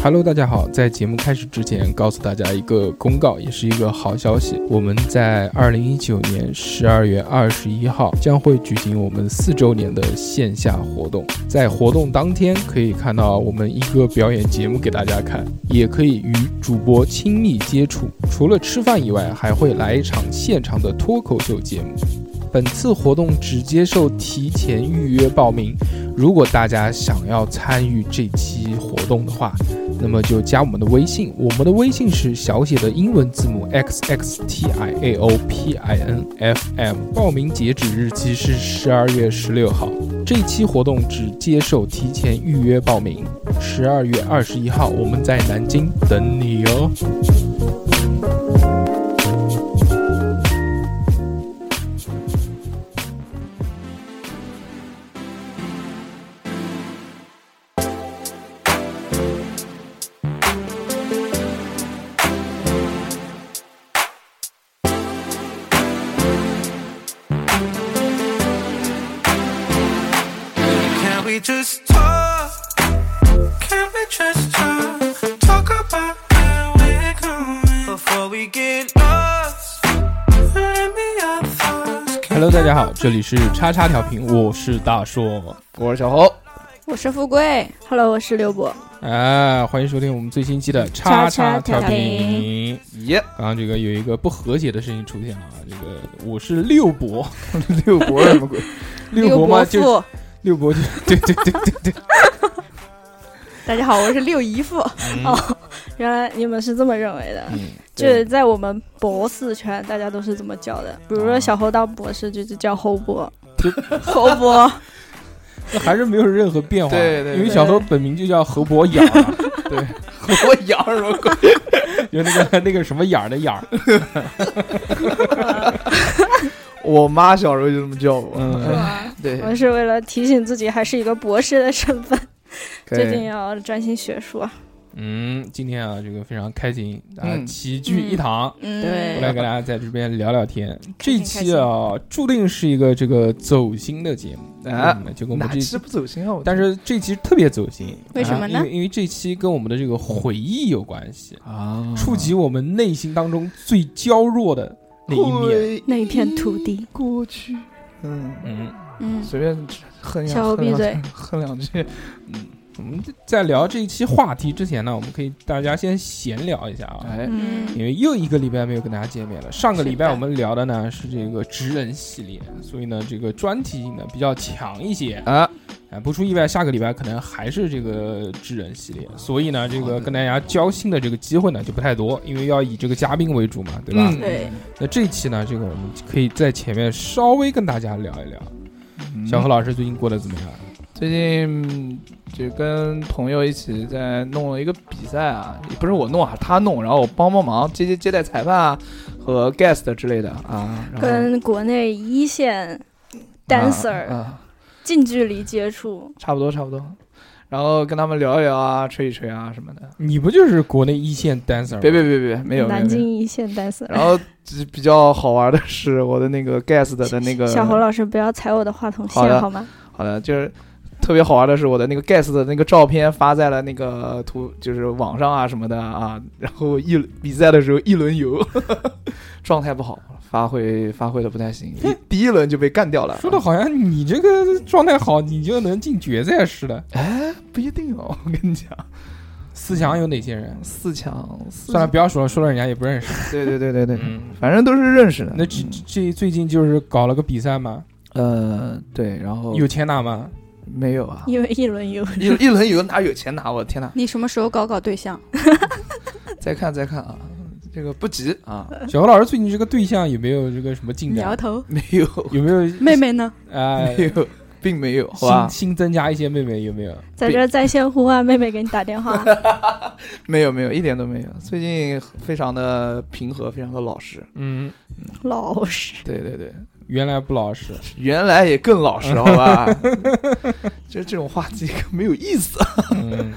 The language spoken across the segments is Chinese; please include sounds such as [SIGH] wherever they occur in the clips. Hello，大家好，在节目开始之前，告诉大家一个公告，也是一个好消息。我们在二零一九年十二月二十一号将会举行我们四周年的线下活动，在活动当天可以看到我们一个表演节目给大家看，也可以与主播亲密接触。除了吃饭以外，还会来一场现场的脱口秀节目。本次活动只接受提前预约报名。如果大家想要参与这期活动的话，那么就加我们的微信，我们的微信是小写的英文字母 x x t i a o p i n f m，报名截止日期是十二月十六号。这期活动只接受提前预约报名，十二月二十一号我们在南京等你哦。 Can we just talk? Can we just talk? Talk about where we're going before we get lost. Let me our thoughts. Can Hello，大家好，这里是叉叉调频，我是大硕。我是小侯，我是富贵，Hello，我是刘博。啊，欢迎收听我们最新期的叉叉调频。耶， [LAUGHS] 刚刚这个有一个不和谐的声音出现了啊，这个我是六伯， [LAUGHS] 六博什么鬼？伯吗？刘就伯父，六伯就 [LAUGHS] 对对对对对，大家好，我是六姨父。嗯 [LAUGHS] 原来你们是这么认为的，嗯，就是在我们博士圈，大家都是这么叫啊的。比如说小侯当博士，就就叫侯博， [LAUGHS] 侯博。那还是没有任何变化，对对对因为小时候本名就叫何伯眼儿 [LAUGHS] 啊，对，和我养什么鬼？就那个那个什么眼儿的眼儿，我妈小时候就这么叫我。是嗯，吧 [LAUGHS] 对， [LAUGHS] 我是为了提醒自己还是一个博士的身份，可最以近要专心学术。嗯，今天啊，这个非常开心啊，嗯齐聚一堂。嗯，对过来跟大家在这边聊聊天，这开心期啊注定是一个这个走心的节目，啊嗯，就跟我们哪这吃不走心啊？我但是这期特别走心，为什么呢啊因为因为这期跟我们的这个回忆有关系，啊，触及我们内心当中最娇弱的那一面。面那一片土地。过去，嗯，嗯，嗯，随便哼两小侯闭嘴， [LAUGHS] 哼两句，我们在聊这一期话题之前呢，我们可以大家先闲聊一下啊，哎，嗯，因为又一个礼拜没有跟大家见面了。上个礼拜是的我们聊的呢是这个职人系列，所以呢这个专题性呢比较强一些。啊，啊，不出意外，下个礼拜可能还是这个智人系列，所以呢，这好个的跟大家交心的这个机会呢就不太多，因为要以这个嘉宾为主嘛，对吧？嗯对，那这一期呢，这个我们可以在前面稍微跟大家聊一聊，嗯小何老师最近过得怎么样？最近就跟朋友一起在弄了一个比赛啊，也不是我弄啊，他弄，然后我帮帮忙，接接接待裁判啊和 guest 之类的啊，然后跟国内一线 dancer 啊啊近距离接触，差不多差不多，然后跟他们聊一聊啊，吹一吹啊什么的。你不就是国内一线 dancer 吗？别别别别，没有没有没南有。京一线 dancer。然后只比较好玩的是 [LAUGHS] 我的那个 guest 的那个，小侯老师，不要踩我的话筒好的线好吗？ [LAUGHS] 好的，就是特别好玩的是我的那个 guest 的那个照片发在了那个图，就是网上啊什么的啊。然后一比赛的时候一轮游， [LAUGHS] 状态不好，发挥发挥的不太行，第 [LAUGHS] 第一轮就被干掉了。说的好像你这个状态好，你就能进决赛似的。哎，不一定哦，我跟你讲，四强有哪些人？四强，四算了，，不要说了，说了人家也不认识。对对对对对，嗯，反正都是认识的。嗯那这这最近就是搞了个比赛嘛，呃，对，然后有钱拿吗？没有啊？因为一轮游，一一轮游哪有钱拿？我的天哪！你什么时候搞搞对象？再看再看啊，这个不急啊，小何老师最近这个对象有没有这个什么进展摇？头，没有，有没有妹妹呢？啊，没 [LAUGHS] 有，啊并没有，好新吧？新增加一些妹妹有没有？ [LAUGHS] 在这儿在线呼唤妹妹给你打 [LAUGHS] 电话。没有没有，一点都没有。最近非常的平和，非常的老实。嗯，老实，对对对，原来不老实，原来也更老实，好吧？ [LAUGHS] 就这种话题没有意思，嗯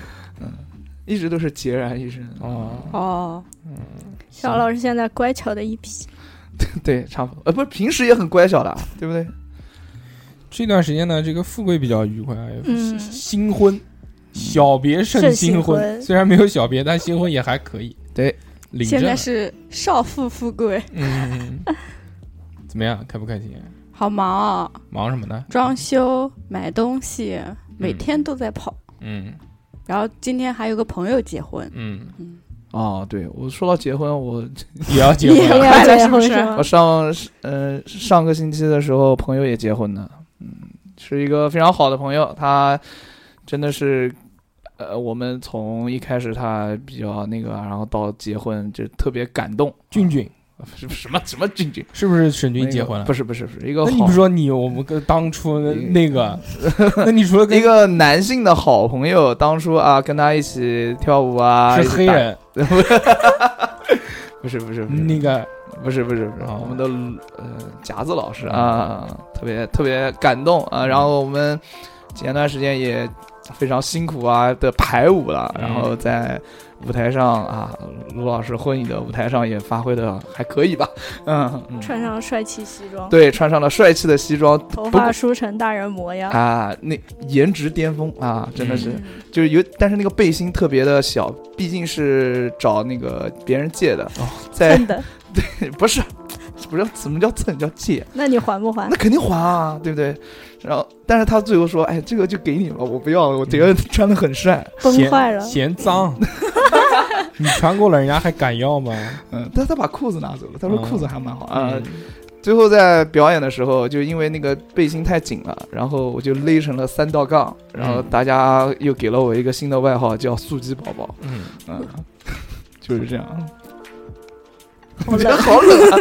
一直都是孑然一身。 [LAUGHS] 哦，哦，小老师现在乖巧的一批。对，差不多。呃，不是，平时也很乖巧的，啊对不对？这段时间呢，这个富贵比较愉快，嗯新婚小别胜胜新新婚，婚虽然没有小别，但新婚也还可以。对，领现证在了。是少妇富贵，嗯，怎么样？开不开心？好忙啊、忙什么呢？装修、买东西，每天都在跑。嗯然后今天还有个朋友结 [LAUGHS] 婚，嗯，哦，对我说到结婚，我也要嗯结也婚啊了。要快乐结是不婚是哦是吗我？上呃上个星期的时候，朋友也结婚了，嗯，是一个非常好的朋友，他真的是，呃，我们从一开始他比较那个，然后到结婚就特别感动，俊俊什么什么什么俊 [LAUGHS] 俊是不是沈军结婚那个了？不是不是不是一个那好你不说你我们跟当初那个， [LAUGHS] 那你除了跟一个男性的好朋友，当初啊跟他一起跳舞啊，是一起黑打， [LAUGHS] 人不是不是不是那个不是不是不是，哦啊我们的呃夹子老师啊，特别特别感动啊。然后我们前段时间也非常辛苦啊的排舞了，嗯然后在舞台上啊，卢老师婚礼的舞台上也发挥的还可以吧，嗯，嗯穿上帅气西装，对穿上了帅气的西装头不过发梳成大人模样，啊，那颜值巅峰啊，真的是嗯就是有，但是那个背心特别的小，毕竟是找那个别人借的，在 [LAUGHS] 真的？不是不是什么叫蹭叫借。那你还不还那？肯定还啊，对不对？然后，但是他最后说：“哎，这个就给你吧，我不要了，我觉嗯得穿的很 [LAUGHS] 帅。崩坏了，嫌脏。 [LAUGHS] 你穿过了，人家还敢要吗？”嗯，但他把裤子拿走了，他说嗯裤子还蛮好啊、最后在表演的时候，就因为那个背心太紧了，然后我就勒成了三道杠，然后嗯大家又给了我一个新的外号，叫“素鸡宝宝嗯，”。嗯， [LAUGHS] 就是这样。啊 [LAUGHS] 好冷，好冷 [LAUGHS] 啊！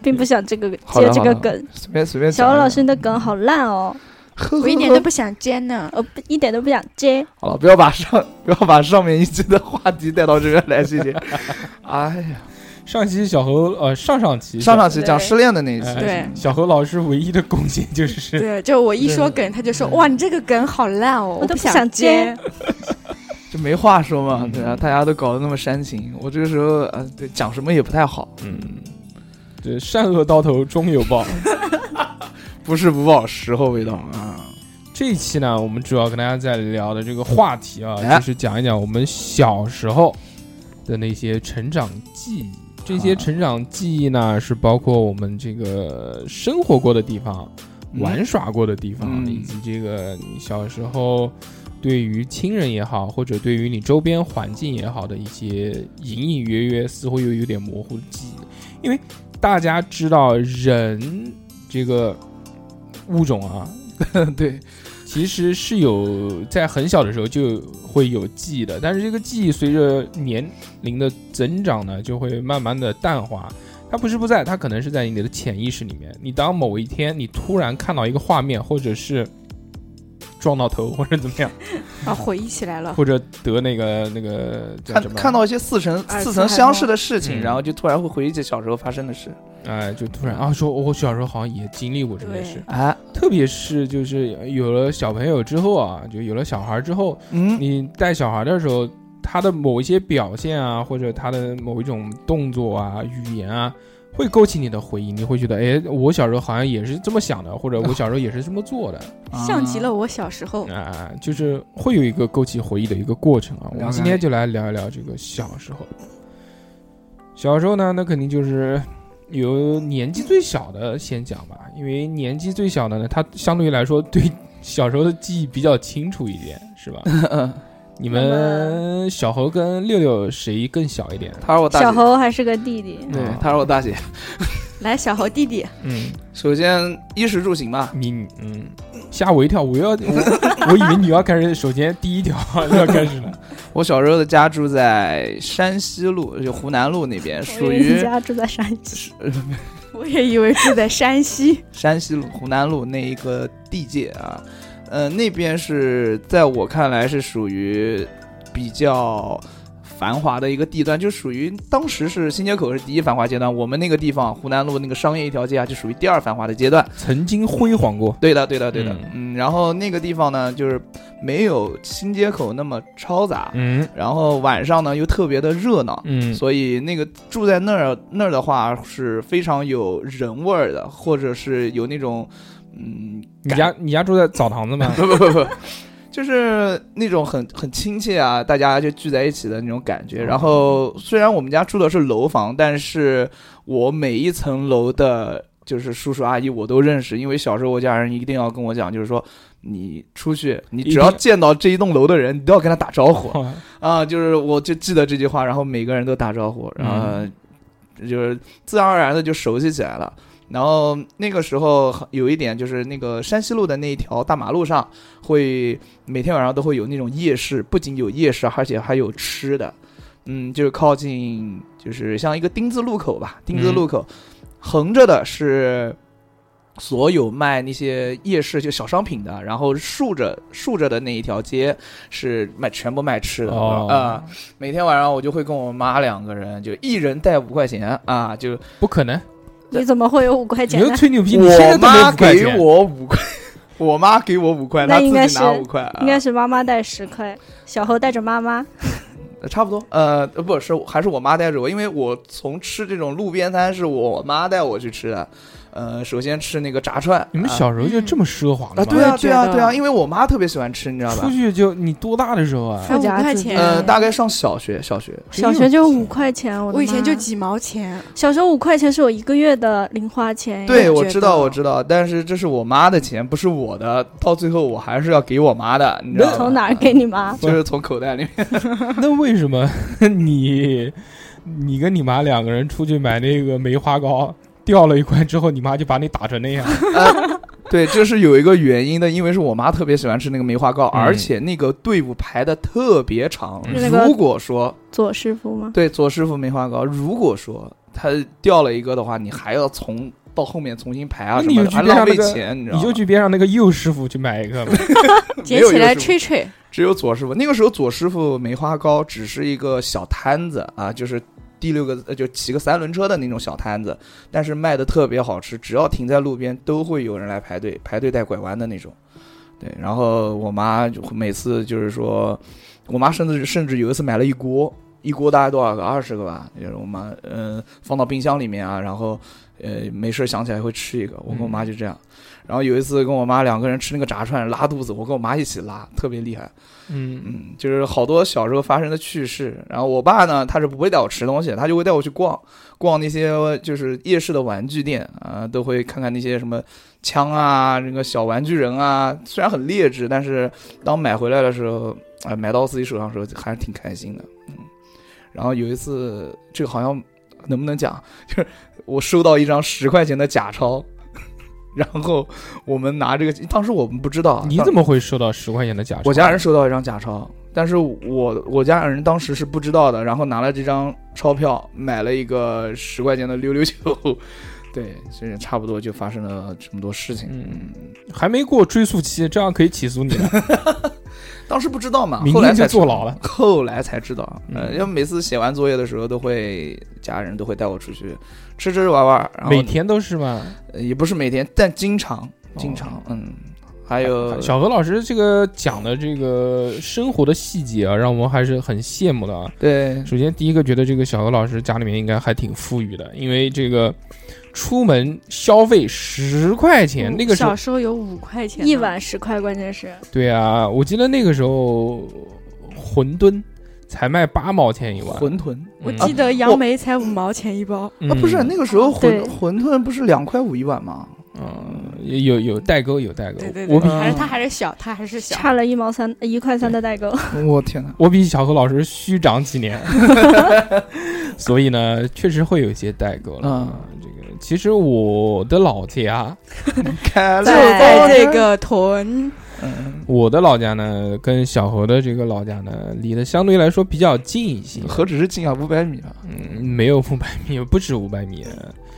并不想这个好的接这好个的梗。随便随便讲一啊讲。小欧老师，你的梗好烂哦，呵呵呵，我一点都不想接呢。我不一点都不想接。好了，不要把上不要把上面一期的话题带到这边 [LAUGHS] 来，谢谢。哎呀。上期小侯呃上上期上上期讲对失恋的那一期， [LAUGHS] 哎对小侯老师唯一的贡献就是对，就我一说梗，他就说哇，你这个梗好烂哦，我都不不想接。就没话说嘛嗯，对啊，大家都搞得那么煽情，我这个时候呃，对，讲什么也不太好，嗯，这善恶到头终有报。不是不报，时候未到啊。这一期呢，我们主要跟大家在聊的这个话题啊，哎就是讲一讲我们小时候的那些成长记忆。这些啊成长记忆呢，是包括我们这个生活过的地方、嗯玩耍过的地方，啊嗯以及这个你小时候对于亲人也好，或者对于你周边环境也好的一些隐隐约约，似乎又有点模糊的记忆。因为大家知道人这个物种啊， [LAUGHS] 对，其实是有在很小的时候就会有记忆的，但是这个记忆随着年龄的增长呢，就会慢慢的淡化。它不是不在，它可能是在你的潜意识里面。你当某一天你突然看到一个画面，或者是撞到头，或者怎么样，啊，回忆起 [LAUGHS] 来了，或者得那个那个叫看什么，啊看到一些似曾哎似曾相识的事嗯情，然后就突然会回忆起小时候发生的事。哎，就突然啊，说我小时候好像也经历过这件事对。啊，特别是就是有了小朋友之后啊，就有了小孩之后，嗯，你带小孩的时候，他的某一些表现啊，或者他的某一种动作啊、语言啊，会勾起你的回忆，你会觉得，哎，我小时候好像也是这么想的，或者我小时候也是这么做的，像极了我小时候。啊，就是会有一个勾起回忆的一个过程啊。我们了解今天就来聊一聊这个小时候。小时候呢，那肯定就是由年纪最小的先讲吧，因为年纪最小的呢，他相对来说对小时候的记忆比较清楚一点，是 [LAUGHS] 吧？你们小猴跟六六谁更小一点？她是我大小姐，猴还是个弟弟，对啊，她是我大姐。来，小猴弟弟，嗯，首先衣食住行嘛，你嗯，吓我一跳，我要我 [LAUGHS] 我以为你要开始，首先第一条 [LAUGHS] 要开始了，我小时候的家住在山西路，就湖南路那边，我属人于家住在山西，我也以为住在山 [LAUGHS] 西，山西路、湖南路那一个地界啊，呃，那边是在我看来是属于比较繁华的一个地段，就属于当时是新街口是第一繁华阶段，我们那个地方湖南路那个商业一条街啊，就属于第二繁华的阶段。曾经辉煌过。对的，对的，对的，嗯然后那个地方呢，就是没有新街口那么嘈杂，嗯然后晚上呢又特别的热闹，嗯，所以那个住在那儿那儿的话是非常有人味儿的，或者是有那种嗯， [LAUGHS] 你家你家住在澡堂子吗？不不不不，就是那种很很亲切啊，大家就聚在一起的那种感觉。然后虽然我们家住的是楼房，但是我每一层楼的，就是叔叔阿姨我都认识，因为小时候我家人一定要跟我讲，就是说你出去，你只要一定见到这一栋楼的人，你都要跟他打招呼。哇啊，就是我就记得这句话，然后每个人都打招呼，然后嗯就是自然而然的就熟悉起来了。然后那个时候有一点就是那个山西路的那一条大马路上，会每天晚上都会有那种夜市，不仅有夜市，而且还有吃的。嗯，就是靠近就是像一个丁字路口吧，丁字嗯路口、横着的是所有卖那些夜市就小商品的，然后竖着竖着的那一条街是卖全部卖吃的啊、哦每天晚上我就会跟我妈两个人，就一人带五块钱啊，就不可能！你怎么会有五块你钱又呢？吹牛逼，你现在我都没有妈五块给钱我五块， [LAUGHS] 我妈给我五块，那她自应该己拿是五块、啊， [LAUGHS] 应该是妈妈带十块，小猴带着妈妈。差不多，呃，呃不是，还是我妈带着我，因为我从吃这种路边摊是我妈带我去吃的，呃，首先吃那个炸串，你们啊小时候就这么奢华啊，的吗？对啊，对啊，我也觉得对啊，因为我妈特别喜欢吃，你知道吧出？去就你多大的时候啊？ [LAUGHS] 才五块嗯钱，呃，大概上小学，小学，小学就五块钱，我的我以前妈就几毛钱，小时候五块钱是我一个月的零花钱。对，也我觉知道，得我知道，但是这是我妈的钱，不是我的，到最后我还是要给我妈的，你知道那吗从哪儿给？你妈？就是从口袋里面。那为什么 [LAUGHS] 你你跟你妈两个人出去买那个梅花糕，掉了一块之后，你妈就把你打成那样？呃 [LAUGHS] 对，这是有一个原因的，因为是我妈特别喜欢吃那个梅花糕，嗯而且那个队伍排的特别长。嗯那个如果说左师傅吗？对，左师傅梅花糕，如果说他掉了一个的话，你还要从到后面重新排那啊什你么就去的，还边上浪费那个钱，你知道你吗？就去边上那个右师傅去买一个嘛。捡没有起一个来是吹吹，只有左师傅。那个时候左师傅梅花糕只是一个小摊子啊，就是第六个呃就骑个三轮车的那种小摊子，但是卖的特别好吃，只要停在路边都会有人来排队，排队带拐弯的那种。对，然后我妈就每次就是说，我妈甚至甚至有一次买了一锅。一锅大概多少个？二十个吧，就是我妈，嗯、放到冰箱里面啊，然后，呃，没事儿想起来会吃一个。我跟我妈就这样，然后有一次跟我妈两个人吃那个炸串拉肚子，我跟我妈一起拉，特别厉害。嗯， [LAUGHS] 嗯，就是好多小时候发生的趣事。然后我爸呢，他是不会带我吃东西的，他就会带我去逛逛那些就是夜市的玩具店啊、都会看看那些什么枪啊，那个小玩具人啊。虽然很劣质，但是当买回来的时候，啊、买到自己手上的时候，还是挺开心的。嗯，然后有一次，这个好像能不能讲，就是我收到一张十块钱的假钞。 [LAUGHS] 然后我们拿这个，当时我们不知道啊，你当怎么会收到十块钱的假钞？我家人收到一张假钞，但是我我家人当时是不知道的，然后拿了这张钞票买了一个十块钱的溜溜球， [LAUGHS] 对，所以差不多就发生了这么多事情。嗯还没过追诉期，这样可以起诉你了。当时不知道嘛，明后来天就才知道坐牢了。后来才知道，呃，嗯因为每次写完作业的时候，都会家人都会带我出去吃吃玩玩，然后每天都是吗？呃也不是每天，但经常经常，哦嗯，还有小何老师这个讲的这个生活的细节啊，让我们还是很羡慕的啊。对首先，第一个觉得这个小何老师家里面应该还挺富裕的，因为这个出门消费十块钱，那个时候小时候有五块钱呢一碗十块，关键是对啊，我记得那个时候馄饨才卖八毛钱一碗，馄饨。我嗯记得杨梅才五毛钱一包，嗯啊，不是那个时候馄对馄饨不是两块五一碗吗？ [LAUGHS] 嗯有有代沟有代沟，对对我对，比嗯还是它还是小，它还是小，差了一毛三一块三的代购。我天哪！我比小何老师虚长几年，所以呢，确实会有一些代沟了。嗯这个其实我的老家，开了就在这个屯，嗯，我的老家呢，跟小何的这个老家呢，离得相对来说比较近一些，何止是近啊，五百米啊！嗯，没有五百米，不止五百米。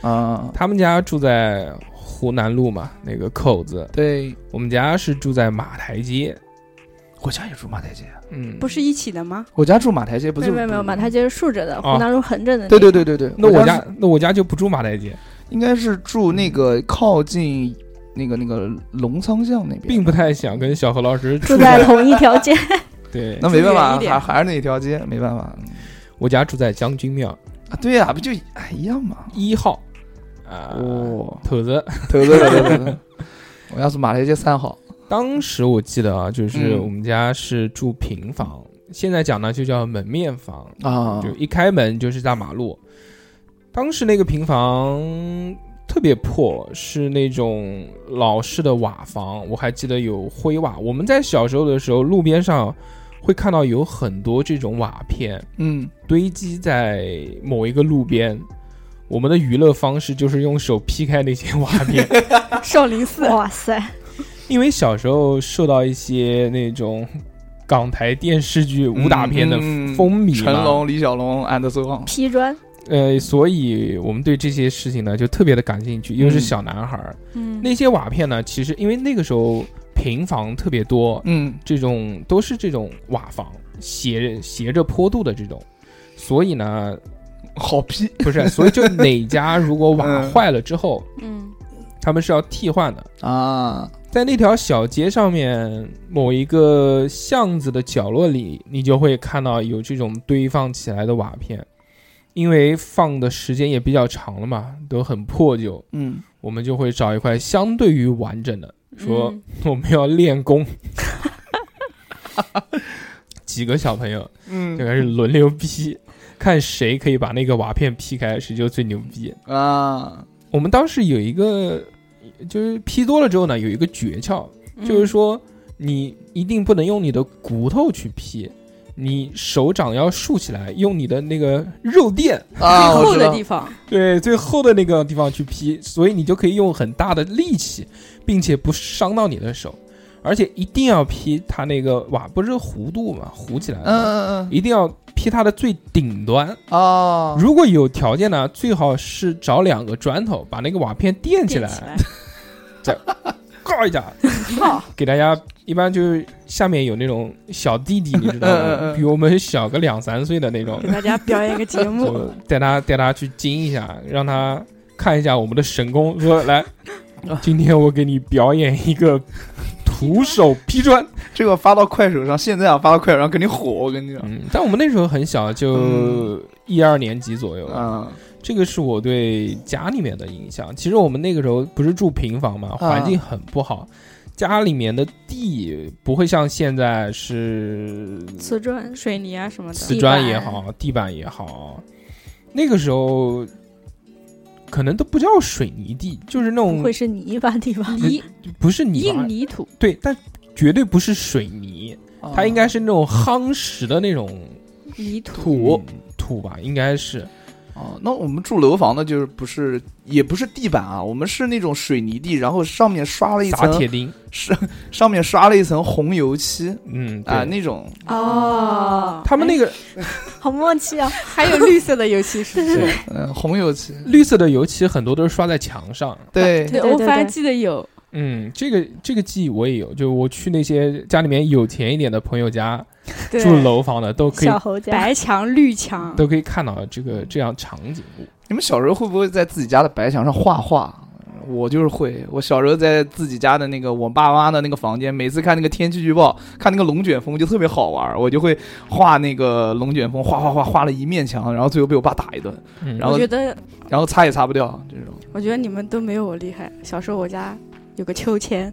啊，他们家住在湖南路嘛，那个口子，对，我们家是住在马台街，我家也住马台街，啊嗯，不是一起的吗？我家住马台街，不 [LAUGHS] 没是有没有没有，马台街是竖着的，啊湖南路横着的。对对对对对，那我家家那我家就不住马台街，应该是住那个靠近那个那个龙仓巷那边，并不太想跟小何老师住住在同一条 [LAUGHS] 街。对，那没办住远法，一还点还是那条街，没办法。嗯我家住在将军庙啊，对呀，不就哎一样嘛？一号啊，哦，头子 [LAUGHS] 对对对对对，我家住马台街三号， [LAUGHS] 当时我记得啊，就是嗯我们家是住平房，现在讲呢就叫门面房，啊就一开门就是大马路。当时那个平房特别破，是那种老式的瓦房，我还记得有灰瓦。我们在小时候的时候，路边上会看到有很多这种瓦片嗯，堆积在某一个路边。我们的娱乐方式就是用手劈开那些瓦片，少林寺哇塞，因为小时候受到一些那种港台电视剧武打片的嗯嗯嗯风靡嘛，成龙、李小龙 and so on。劈砖，呃，所以我们对这些事情呢就特别的感兴趣，又是小男孩儿，嗯，那些瓦片呢，其实因为那个时候平房特别多，嗯，这种都是这种瓦房斜斜着坡度的这种，所以呢，好批，不是，所以就哪家如果瓦嗯坏了之后，嗯他们是要替换的。啊，在那条小街上面某一个巷子的角落里，你就会看到有这种堆放起来的瓦片，因为放的时间也比较长了嘛，都很破旧，嗯，我们就会找一块相对于完整的，说嗯我们要练功。 [LAUGHS] 几个小朋友嗯就开始轮流劈，看谁可以把那个瓦片劈开，谁就最牛逼。 [LAUGHS] 啊，我们当时有一个，就是劈多了之后呢，有一个诀窍，嗯就是说你一定不能用你的骨头去劈，你手掌要竖起来，用你的那个肉垫，啊，嗯最我后知的道地方，对，最厚的那个地方去劈，所以你就可以用很大的力气，并且不伤到你的手，而且一定要劈它那个瓦，不是弧度嘛，弧起来嗯的嘛，嗯嗯，一定要劈它的最顶端。哦，如果有条件呢，最好是找两个砖头把那个瓦片垫起垫来，起来，告 [LAUGHS] 一下。好，给大家一般就是下面有那种小弟 [LAUGHS] 弟，你知道嗯嗯吗？嗯比我们小个两三岁的那种给，大家表演个节目， [LAUGHS] 就带他带他去惊一下，让他看一下我们的神功， [LAUGHS] 说来，今天我给你表演一个徒手劈砖。这个发到快手上，现在啊发到快手上肯定火，我跟你讲，嗯，但我们那时候很小，就嗯一二年级左右。啊，这个是我对家里面的印象。其实我们那个时候不是住平房嘛，环境很不好。家里面的地不会像现在是瓷砖，水泥啊什么的，瓷砖也好，地板也好，那个时候可能都不叫水泥地，就是那不种会是泥巴地吧？ [LAUGHS] 泥不是泥巴硬，泥土，对，但绝对不是水泥，哦它应该是那种夯实的那种泥土，嗯土、土吧，应该是哦，那我们住楼房的，就是不是也不是地板啊，我们是那种水泥地，然后上面刷了一砸层，铁钉，是上面刷了一层红油漆嗯对啊，那种哦他们那个好默契啊！还有绿色的油漆是不是？对嗯红油漆，绿色的油漆很多都是刷在墙上， [LAUGHS] 对，对我反正记得有，嗯，这个这个记忆我也有，就我去那些家里面有钱一点的朋友家对住楼房的都可以小猴家，白墙绿墙，都可以看到这个这样场景，你们小时候会不会在自己家的白墙上画画？我就是会，我小时候在自己家的那个我爸妈的那个房间，每次看那个天气预报，看那个龙卷风就特别好玩儿，我就会画那个龙卷风，画画画画了一面墙，然后最后被我爸打一顿，嗯然后我觉得然后擦也擦不掉这种。我觉得你们都没有我厉害。小时候我家有个秋千，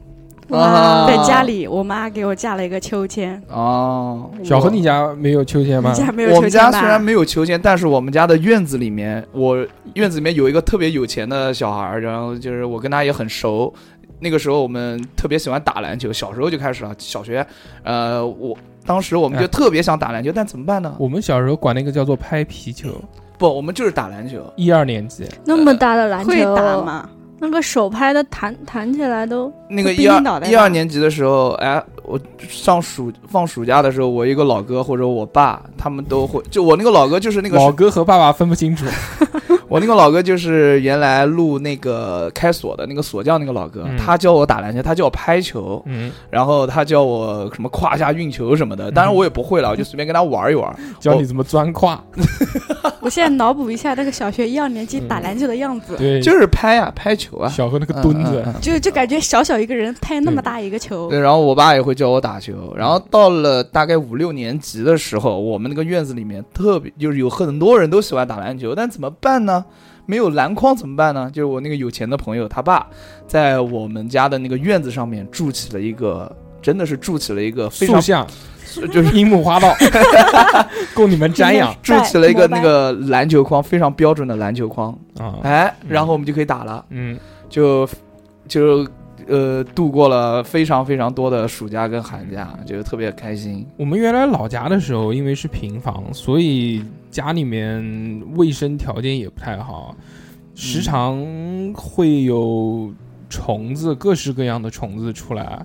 啊在家里我妈给我架了一个秋千，哦，小何，我你家没有秋千吗你？家没有我秋们千家虽然吧？没有秋千，但是我们家的院子里面，我院子里面有一个特别有钱的小孩儿，然后就是我跟他也很熟。那个时候我们特别喜欢打篮球，小时候就开始了。小学，呃，我当时我们就哎特别想打篮球，但怎么办呢？我们小时候管那个叫做拍皮球，不，我们就是打篮球。一二年级，那么大的篮球，会打？吗？那个手拍的弹弹起来都那个冰一二岛的呀一二年级的时候，哎，我上暑放暑假的时候，我一个老哥或者我爸，他们都会。就我那个老哥，就是那个老哥和爸爸分不清楚。我那个老哥就是原来录那个开锁的那个锁匠那个老哥，嗯他教我打篮球，他教我拍球，嗯，然后他教我什么胯下运球什么的，当然我也不会了，我就随便跟他玩一玩。教你怎么钻胯， [LAUGHS] 我现在脑补一下那个小学一二年级打篮球的样子，对，就是拍呀、拍球啊，小何那个墩嗯嗯子，嗯就就感觉小小一个人拍那么大一个球，对，然后我爸也会教我打球，然后到了大概五六年级的时候，我们那个院子里面特别就是有很多人都喜欢打篮球，但怎么办呢？没有篮筐怎么办呢？就是我那个有钱的朋友，他爸在我们家的那个院子上面筑起了一个，真的是筑起了一个非树常下就是 [LAUGHS] 樱木花 [LAUGHS] 道，供你们瞻仰筑起了一个那拜个篮球框，非常标准的篮球框，啊。哎，嗯然后我们就可以打了，嗯，就就呃度过了非常非常多的暑假跟寒假，就特别开心。我们原来老家的时候，因为是平房，所以家里面卫生条件也不太好，时常会有虫子，各式各样的虫子出来，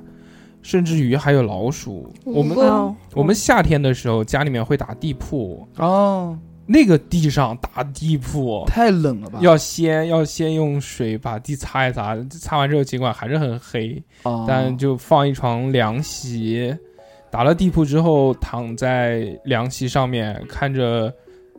甚至于还有老鼠。嗯我们哦。我们夏天的时候，家里面会打地铺，哦，那个地上打地铺，太冷了吧？要先要先用水把地擦一擦，擦完之后尽管还是很黑，哦但就放一床凉席，打了地铺之后躺在凉席上面看着，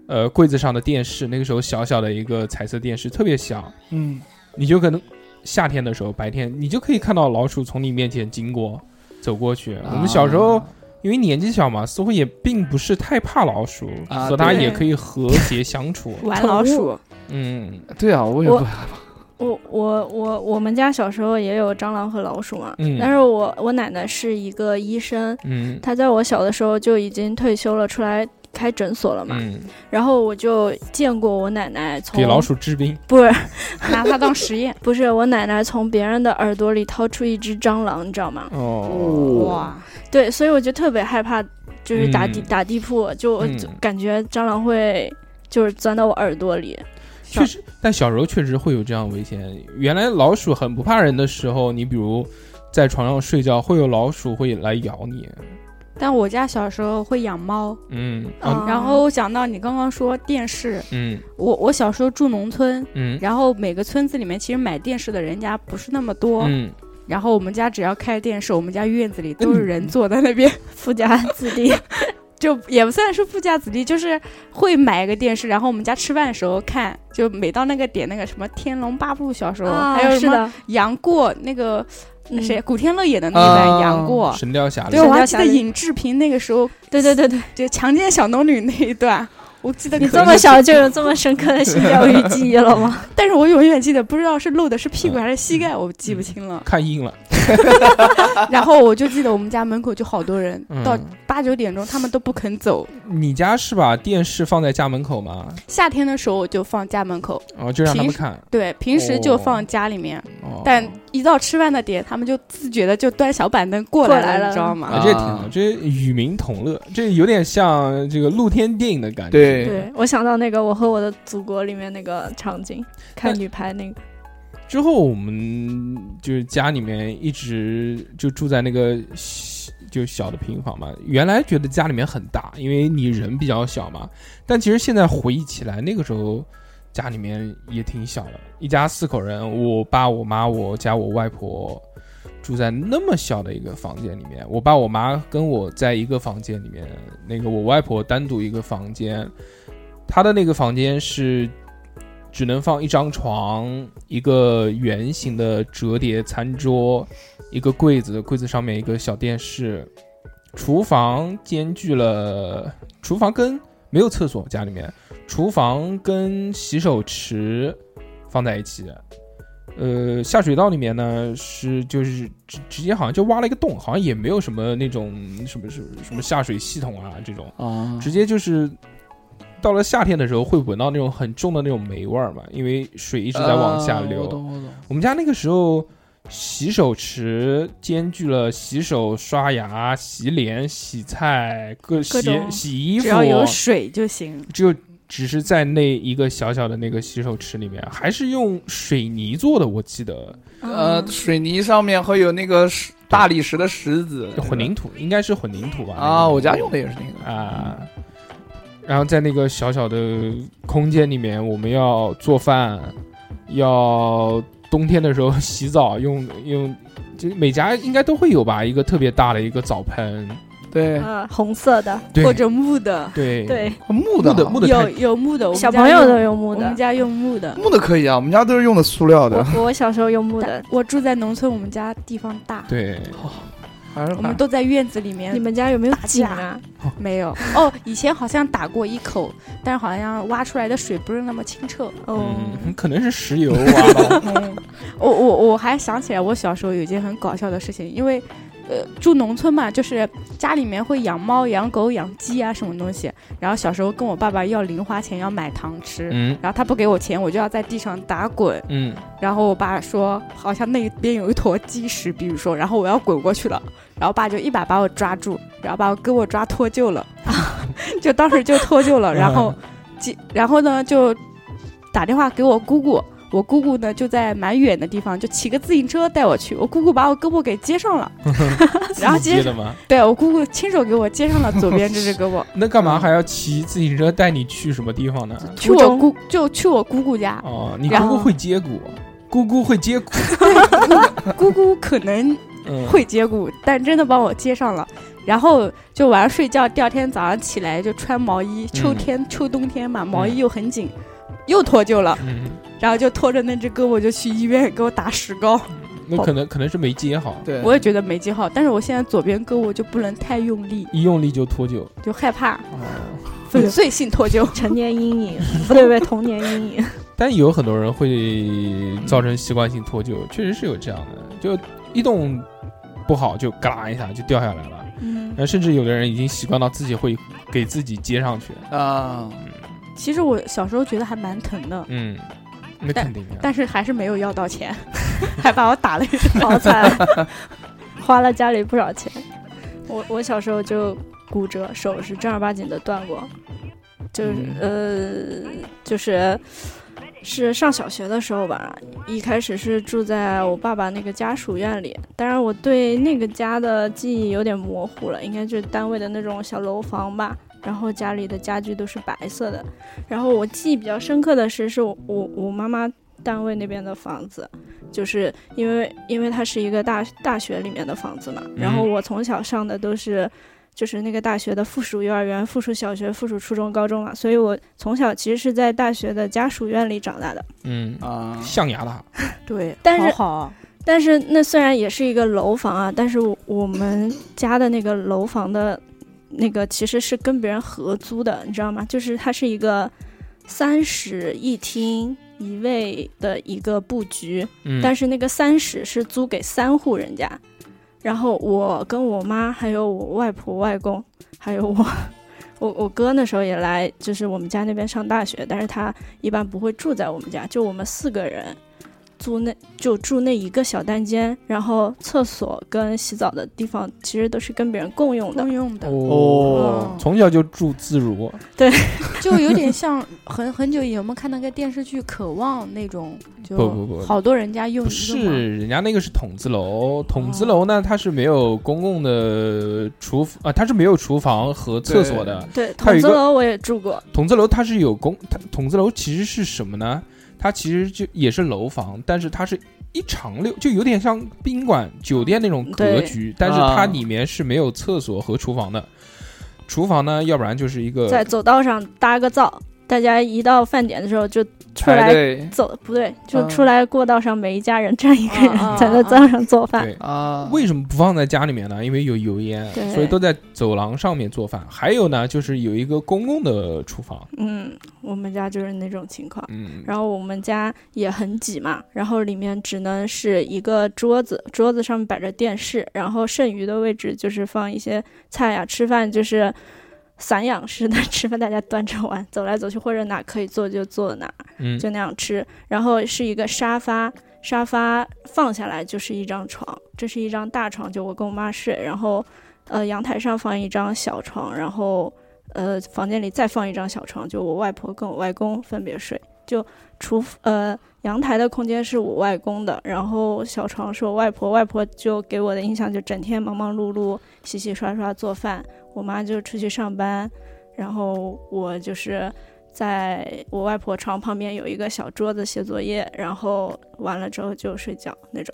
呃柜子上的电视，那个时候小小的一个彩色电视特别小，嗯，你就可能夏天的时候白天你就可以看到老鼠从你面前经过走过去。我们小时候啊因为年纪小嘛，似乎也并不是太怕老鼠，啊和它对也可以和谐相处 [LAUGHS] 玩老鼠，嗯对啊，我也我不我我我我们家小时候也有蟑螂和老鼠嘛，嗯但是我我奶奶是一个医生，嗯她在我小的时候就已经退休了，出来开诊所了嘛。嗯，然后我就见过我奶奶从给老鼠治病， [LAUGHS] 不是。拿它当实验 [LAUGHS] 不是我奶奶从别人的耳朵里掏出一只蟑螂，你知道吗？哦，哇，对，所以我就特别害怕，就是打地、嗯打地铺，就,、嗯就感觉蟑螂会就是钻到我耳朵里。确实，但小时候确实会有这样危险。原来老鼠很不怕人的时候，你比如在床上睡觉，会有老鼠会来咬你。但我家小时候会养猫，嗯啊啊然后我想到你刚刚说电视，嗯我我小时候住农村，嗯然后每个村子里面其实买电视的人家不是那么多，嗯，然后我们家只要开电视，我们家院子里都是人坐在那边，富家 [LAUGHS] 子弟，就也不算是富家子弟，就是会买一个电视，然后我们家吃饭的时候看，就每到那个点那个什么《天龙八部》，小时候、啊还有什是么的，杨过那个、嗯谁古天乐演的那一版啊杨过。神雕侠侣对，。我神雕还记侠得侣尹志平那个时候对对 [LAUGHS] 对对，就强奸小龙女那一段，我记得你可这么小就有这么深刻的性教 [LAUGHS] 育记忆了吗？但是我永远记得，不知道是露的是嗯屁股还是膝盖，我记不清了。看硬了，然后我就记得我们家门口就好多人，嗯到八九点钟他们都不肯走。你家是把电视放在家门口吗？夏天的时候我就放家门口，哦，就让他们平时看。对，平时就哦放家里面，哦，但一到吃饭的点，他们就自觉的就端小板凳过过来来了你知道啊，吗？这挺好，这与民同乐，这有点像这个露天电影的感觉。对对我想到那个《我和我的祖国》里面那个场景，看女排那个，之后我们就是家里面一直就住在那个小就小的平房嘛。原来觉得家里面很大，因为你人比较小嘛。但其实现在回忆起来，那个时候家里面也挺小的，一家四口人，我爸、我妈、我加我外婆。住在那么小的一个房间里面，我爸我妈跟我在一个房间里面，那个我外婆单独一个房间，她的那个房间是只能放一张床、一个圆形的折叠餐桌、一个柜子，柜子上面一个小电视。厨房兼具了厨房跟没有厕所，家里面厨房跟洗手池放在一起。呃，下水道里面呢是就是直直接好像就挖了一个洞，好像也没有什么那种什么什么什么下水系统啊这种。啊直接就是到了夏天的时候会闻到那种很重的那种霉味儿嘛，因为水一一直在往下流。啊我懂我懂。我们家那个时候洗手池兼具了洗手、刷牙、洗脸、洗菜、各各洗种洗衣服，只要有水就行。只有只是在那一个小小的那个洗手池里面，还是用水泥做的，我记得嗯呃，水泥上面会有那个石大理石的石子，混凝土应该是混凝土吧？那啊，个我家用的也是那个啊。然后在那个小小的空间里面，我们要做饭，要冬天的时候洗澡，用 [LAUGHS] 用，就每家应该都会有吧，一个特别大的一个澡盆，对呃，红色的，对或者木的，对对，木木的的啊木的有太有木的，我们小家朋友用都用木我们的，家用木的。木的可以啊，我们家都是用的塑料的。我我小时候用木的但，我住在农村，我们家地方大，对，还是我们喊都在院子里面你们家有没有井打啊？没有哦，以前好像打过一口，但是好像挖出来的水不是那么清澈。 [LAUGHS] 哦，嗯，可能是石油挖到。我我我还想起来，我小时候有一件很搞笑的事情，因为。呃，住农村嘛，就是家里面会养猫、养狗、养鸡啊，什么东西。然后小时候跟我爸爸要零花钱，要买糖吃，嗯然后他不给我钱，我就要在地上打滚。嗯，然后我爸说，好像那边有一坨鸡屎，比如说，然后我要滚过去了，然后爸就一把把我抓住，然后把我给我抓脱臼了，就当时就脱臼了，然后鸡，然后呢就打电话给我姑姑，我姑姑呢就在蛮远的地方，就骑个自行车带我去，我姑姑把我胳膊给接上了，然自己后接接的吗？对我姑姑亲手给我接上了左边这只胳膊，那干嘛还要骑自行车带你去什么地方呢？去我姑就去我姑 [LAUGHS] 姑家，哦，你然姑姑后会接骨，姑姑会接骨，姑姑可能嗯，会接骨，但真的帮我接上了。然后就晚上睡觉，第二天早上起来就穿毛衣，秋天、秋冬天嘛，毛衣又很紧，又脱臼了。嗯，然后就拖着那只胳膊就去医院给我打石膏，嗯那可能可能是没接好，对，我也觉得没记好。但是我现在左边胳膊就不能太用力，一用力就脱臼。就害怕哦，粉碎性脱臼。成年阴影，不对不对，童年阴影。但有很多人会造成习惯性脱臼，确实是有这样的，就一动不好就嘎啦一下就掉下来了。嗯 [LAUGHS] 然，后甚至有的人已经习惯到自己会给自己接上去。啊，其实我小时候觉得还蛮疼的，嗯，那肯定的。但是还是没有要到钱， [LAUGHS] 还把我打了一顿。 [LAUGHS] 好惨，啊花了家里不少钱。我我小时候就骨折，手是正儿八经的断过，就是、呃，就是是上小学的时候吧，一开始是住在我爸爸那个家属院里，当然我对那个家的记忆有点模糊了，应该就是单位的那种小楼房吧。然后家里的家具都是白色的，然后我记忆比较深刻的是，是我我我妈妈单位那边的房子，就是因为因为它是一个大大学里面的房子嘛，然后我从小上的都是。就是那个大学的附属幼儿园、附属小学、附属初中、高中嘛，所以我从小其实是在大学的家属院里长大的。嗯，啊，象牙塔，对，但是好好但是那虽然也是一个楼房啊，但是我我们家的那个楼房的，那个其实是跟别人合租的，你知道吗？就是它是一个三室一厅一卫的一个布局，嗯，但是那个三室是租给三户人家，然后我跟我妈还有我外婆外公还有我。 [LAUGHS] 我我哥那时候也来，就是我们家那边上大学，但是他一般不会住在我们家，就我们四个人租那就住那一个小单间，然后厕所跟洗澡的地方其实都是跟别人共用的公。用的，哦，哦，嗯从小就住自如，就有 [LAUGHS] 点像很很久以前我们看那个电视剧《渴望》那种，就不不不好多人家用不一个嘛是，人家那个是筒子楼，筒子楼呢，它是没有公共的厨啊，它是没有厨房和厕所的。对，它有筒一子个楼我也住过，筒子楼它是有公，它筒子楼其实是什么呢？它其实就也是楼房，但是它是一长溜，就有点像宾馆、酒店那种格局，但是它啊里面是没有厕所和厨房的。厨房呢，要不然就是一个在走道上搭个灶，大家一到饭点的时候就出排来队走，不对，就嗯出来过道上每一家人站一个人啊 [LAUGHS] 啊，在那灶上做饭。对。啊，为什么不放在家里面呢？因为有油烟，对所以都在走廊上面做饭。还有呢，就是有一个公共的厨房，嗯，我们家就是那种情况。嗯，然后我们家也很挤嘛，然后里面只能是一个桌子，桌子上面摆着电视，然后剩余的位置就是放一些菜呀、吃饭就是散养式的 [LAUGHS] 吃饭，大家端着碗走来走去，或者哪可以坐就坐哪，嗯，就那样吃。然后是一个沙发，沙发放下来就是一张床，这是一张大床，就我跟我妈睡。然后，呃，阳台上放一张小床，然后，呃，房间里再放一张小床，就我外婆跟我外公分别睡。就厨呃阳台的空间是我外公的，然后小床是我外婆，外婆就给我的印象就整天忙忙碌碌、洗洗刷刷做饭，我妈就出去上班，然后我就是。在我外婆床旁边有一个小桌子写作业，然后完了之后就睡觉那种，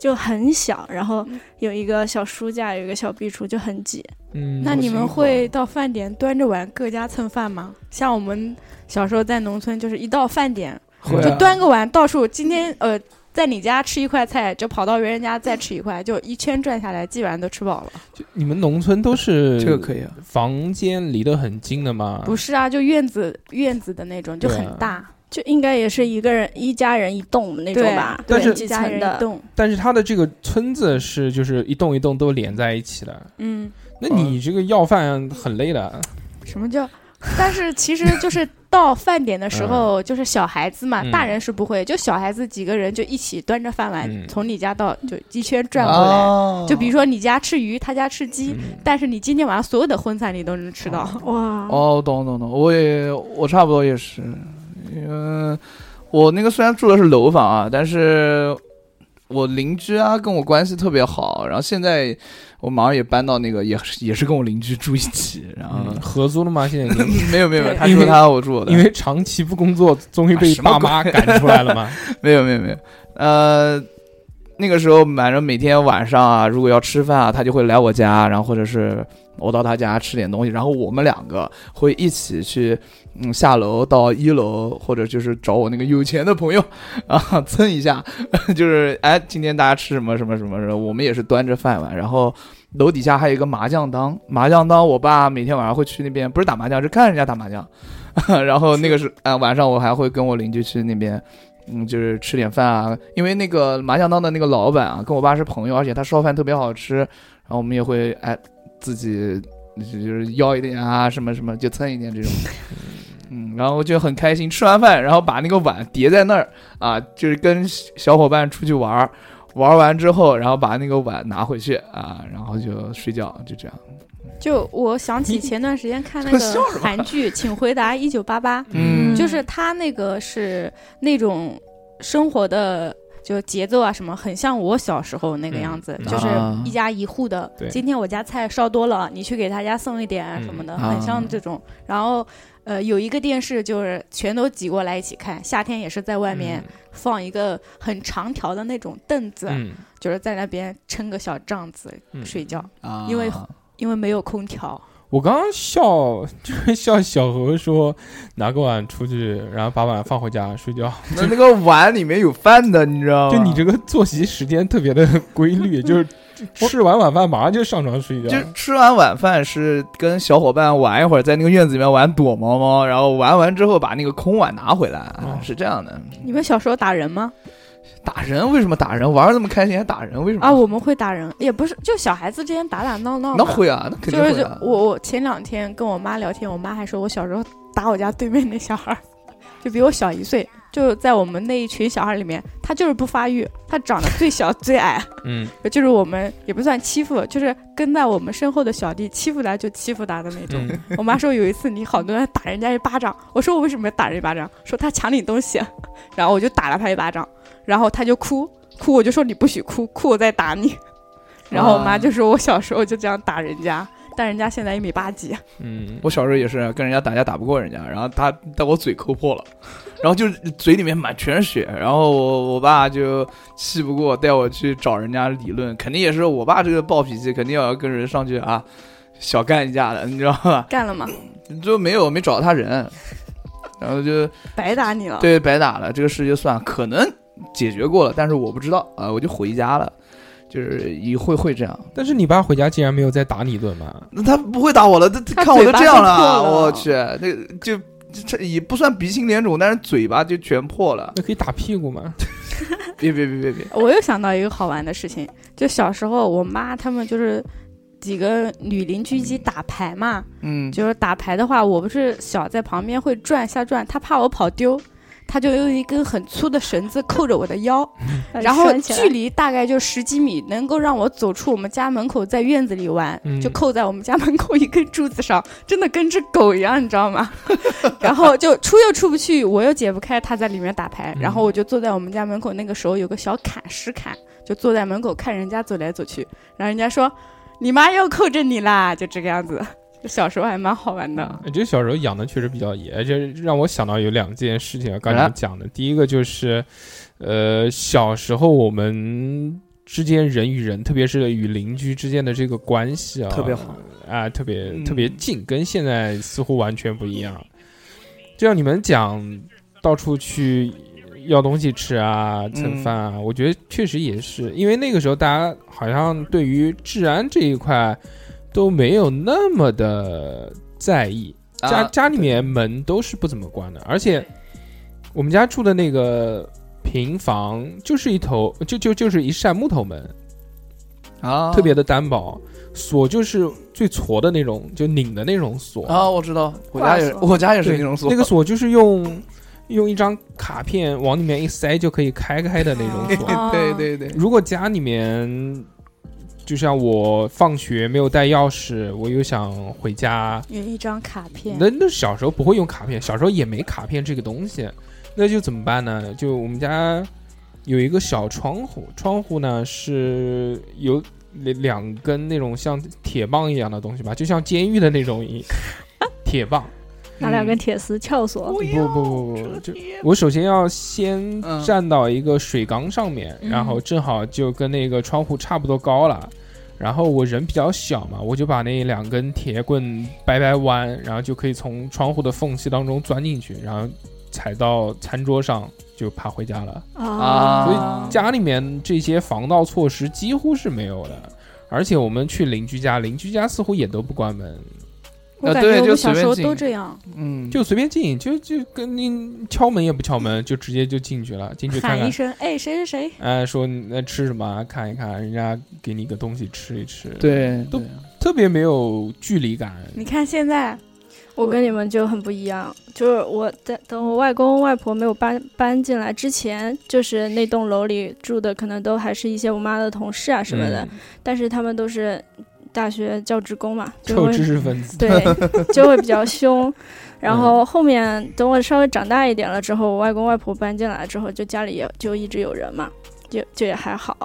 就很小，然后嗯有一个小书架，有一个小壁橱，就很挤。嗯，那你好们辛苦啊会到饭点端着碗各家蹭饭吗？像我们小时候在农村，就是一到饭点会就啊端个碗，到处今天呃在你家吃一块菜，就跑到别人家再吃一块，就一圈转下来，基本上都吃饱了。就你们农村都是这个可以啊。房间离得很近的吗？不是啊，就院子院子的那种，就对啊很大，就应该也是一个人一家人一栋那种对吧？但是几几层家人的一栋，但是它的这个村子是就是一栋一栋都连在一起的。嗯，那你这个要饭很累的，什么叫？ [LAUGHS] 但是其实就是到饭点的时候，就是小孩子嘛，嗯大人是不会，就小孩子几个人就一起端着饭碗，嗯从你家到就一圈转过来。哦就比如说你家吃鱼，他家吃鸡，嗯但是你今天晚上所有的荤菜你都能吃到。哇，哦，懂懂懂，我也我差不多也是，嗯，我那个虽然住的是楼房啊，但是我邻居啊跟我关系特别好，然后现在我马上也搬到那个也是也是跟我邻居住一起，然后、嗯，合租了吗？现在已 [LAUGHS] 经没有没有没有，他因住为他我住我的，因为长期不工作，终于被啊什么爸 [LAUGHS] 妈赶出来了嘛。 [LAUGHS] 没有没有没有，呃，那个时候反正每天晚上啊，如果要吃饭啊，他就会来我家，然后或者是我到他家吃点东西，然后我们两个会一起去，嗯，下楼到一楼，或者就是找我那个有钱的朋友啊蹭一下， [LAUGHS] 就是哎，今天大家吃什么什么什么什么，我们也是端着饭碗，然后。楼底下还有一个麻将档，麻将档，我爸每天晚上会去那边，不是打麻将，是看人家打麻将。 [LAUGHS] 然后那个是啊、晚上我还会跟我邻居去那边嗯，就是吃点饭啊，因为那个麻将档的那个老板啊，跟我爸是朋友，而且他烧饭特别好吃，然后我们也会哎自己就是要一点啊，什么什么就蹭一点这种，嗯，然后就很开心。吃完饭，然后把那个碗叠在那儿啊，就是跟小伙伴出去玩儿，玩完之后，然后把那个碗拿回去啊，然后就睡觉，就这样。就我想起前段时间看那笑个韩剧《请回答一九八八》，嗯就是他那个是那种生活的。就节奏啊，什么很像我小时候那个样子，嗯就是啊一家一户的。对今天我家菜烧多了，你去给他家送一点啊什么的，嗯很像这种。然后，呃，有一个电视就是全都挤过来一起看，夏天也是在外面放一个很长条的那种凳子，嗯，就是在那边撑个小帐子、嗯睡觉，啊因为因为没有空调。我刚刚笑，就是笑小何说拿个碗出去，然后把碗放回家睡觉。那那个碗里面有饭的，你知道吗？就你这个作息时间特别的规 [LAUGHS] 律，就是吃完晚饭马上就上床睡觉就。吃完晚饭是跟小伙伴玩一会儿，在那个院子里面玩躲猫猫，然后玩完之后把那个空碗拿回来，哦是这样的。你们小时候打人吗？打人为什么打人？玩的那么开心还打人，嗯为什么？ [LAUGHS] 啊，我们会打人，也不是，就小孩子之间打打闹闹嘛。那会啊，那肯定就是会就啊。我我前两天跟我妈聊天，我妈还说我小时候打我家对面那小孩儿，就比我小一岁，就在我们那一群小孩里面，他就是不发育，他长得最小最矮，嗯，就是我们也不算欺负，就是跟在我们身后的小弟欺负他就欺负他的那种。嗯我妈说有一次你好端端打人家一巴掌，我说我为什么要打人一巴掌？说他抢你东西， [LAUGHS] 然后我就打了他一巴掌，然后他就哭哭，我就说你不许哭，哭我再打你。然后我妈就说我小时候就这样打人家，但人家现在一米八几，嗯，我小时候也是跟人家打架打不过人家，然后他把我嘴抠破了，然后就是嘴里面满全是血，然后我我爸就气不过，带我去找人家理论，肯定也是我爸这个暴脾气，肯定要跟人上去啊小干一架的，你知道吧？干了吗？就没有没找他 [LAUGHS] 人，然后就。白打你了。对，白打了，这个事就算可能解决过了，但是我不知道啊、我就回家了，就是一会会这样。但是你爸回家竟然没有再打你一顿嘛？那他不会打我了，他他他看我都嘴巴这样啊都破了我去，那个就这也不算鼻青脸肿，但是嘴巴就全破 [LAUGHS] 了。那可以打屁股嘛？别别别别别，我又想到一个好玩的事情，就小时候我妈他们就是几个女邻居一起打牌嘛，嗯，就是打牌的话，我不是小在旁边会转瞎转，她怕我跑丢，她就用一根很粗的绳子扣着我的腰，然后拴起来距离大概就十几米，能够让我走出我们家门口，在院子里玩，嗯就扣在我们家门口一根柱子上，真的跟只狗一样，你知 [LAUGHS] 道吗？然后就出又出不去，我又解不开，他在里面打牌，嗯然后我就坐在我们家门口，那个时候有个小坎石坎，就坐在门口看人家走来走去，然后人家说：“你妈又扣着你啦！”就这个样子。 [LAUGHS] 就小时候还蛮好玩的，这小时候养的确实比较野，这让我想到有两件事情啊，刚哎才讲的，第一个就是，呃，小时候我们之间人与人，特别是与邻居之间的这个关系啊，特别好啊，特别嗯特别近，跟现在似乎完全不一样。就像你们讲，到处去要东西吃啊，蹭饭啊，我觉得确实也是，因为那个时候大家好像对于治安这一块都没有那么的在意，家、啊家里面门都是不怎么关的，而且我们家住的那个平房就是一头就就就是一扇木头门，啊，特别的单薄，锁就是最矬的那种，就拧的那种锁啊，我知道，我家也是挂锁我家也 [LAUGHS] 是对那种锁，那个锁就是用用一张卡片往里面一塞就可以开开的那种锁。哦对对对，如果家里面，就像我放学没有带钥匙，我又想回家，有一张卡片，那那小时候不会用卡片，小时候也没卡片这个东西，那就怎么办呢？就我们家有一个小窗户，窗户呢是有两两根那种像铁棒一样的东西吧，就像监狱的那种一铁棒。拿嗯两根铁丝撬锁，不不不不，就我首先要先嗯站到一个水缸上面，嗯然后正好就跟那个窗户差不多高了。然后我人比较小嘛，我就把那两根铁棍掰掰弯，然后就可以从窗户的缝隙当中钻进去，然后踩到餐桌上就爬回家了。嗯啊所啊以家里面这些防盗措施几乎是没有的。而且我们去邻居家，邻居家似乎也都不关门，嗯我感对觉我就们小随便时候进都这样，嗯，就随便进，就就跟你敲门也不敲门，就直接就进去了，进去看喊看一。声，哎，谁谁谁，哎，说你那吃什么啊、看一看，人家给你个东西吃一吃，，对都特别没有距离感。你看现在，我跟你们就很不一样，就是我在等我外公外婆没有搬搬进来之前，就是那栋楼里住的可能都还是一些我妈的同事啊什么嗯的，但是他们都是大学教职工嘛，就臭会知识分子，对，就会比较凶。然后后面等我稍微长大一点了之后，我外公外婆搬进来之后，就家里也就一直有人嘛，就就也还好。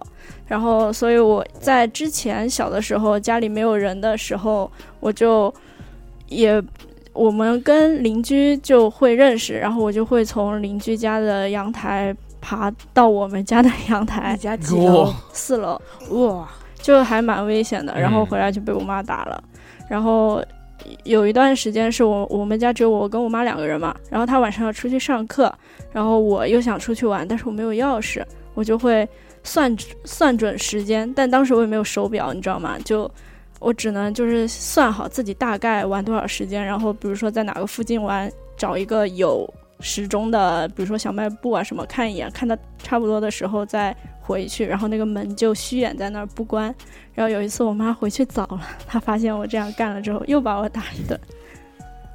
然后，所以我在之前小的时候，家里没有人的时候，我就也我们跟邻居就会认识，然后我就会从邻居家的阳台爬到我们家的阳台哎你家几楼我？四楼，哇，就还蛮危险的。嗯然后回来就被我妈打了。然后有一段时间是我我们家只有我跟我妈两个人嘛，然后她晚上要出去上课，然后我又想出去玩，但是我没有钥匙，我就会算算准时间，但当时我也没有手表，你知道吗？就。我只能就是算好自己大概玩多少时间，然后比如说在哪个附近玩，找一个有时钟的，比如说小卖部啊什么，看一眼，看到差不多的时候再回去，然后那个门就虚掩在那儿不关。然后有一次我妈回去早了， [LAUGHS] 她发现我这样干了之后，又把我打一顿。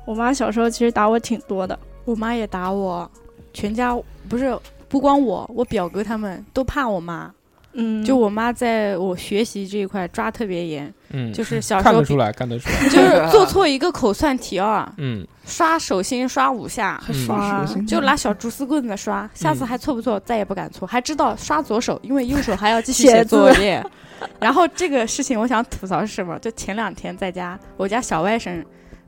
我妈小时候其实打我挺多的，我妈也打我，全家不是不光我，我表哥他们都怕我妈，嗯，就我妈在我学习这一块抓特别严，嗯，就是小时看候得比出来，看得出来，就是做错一个口算题啊，嗯，刷手心刷五下。还嗯刷哇手心，就拿小竹丝棍子刷，下次嗯还错不错，再也不敢错，还知道刷左手，因为右手还要继续写写字作业。 [LAUGHS] 然后这个事情我想吐槽是什么？就前两天在家，我家小外甥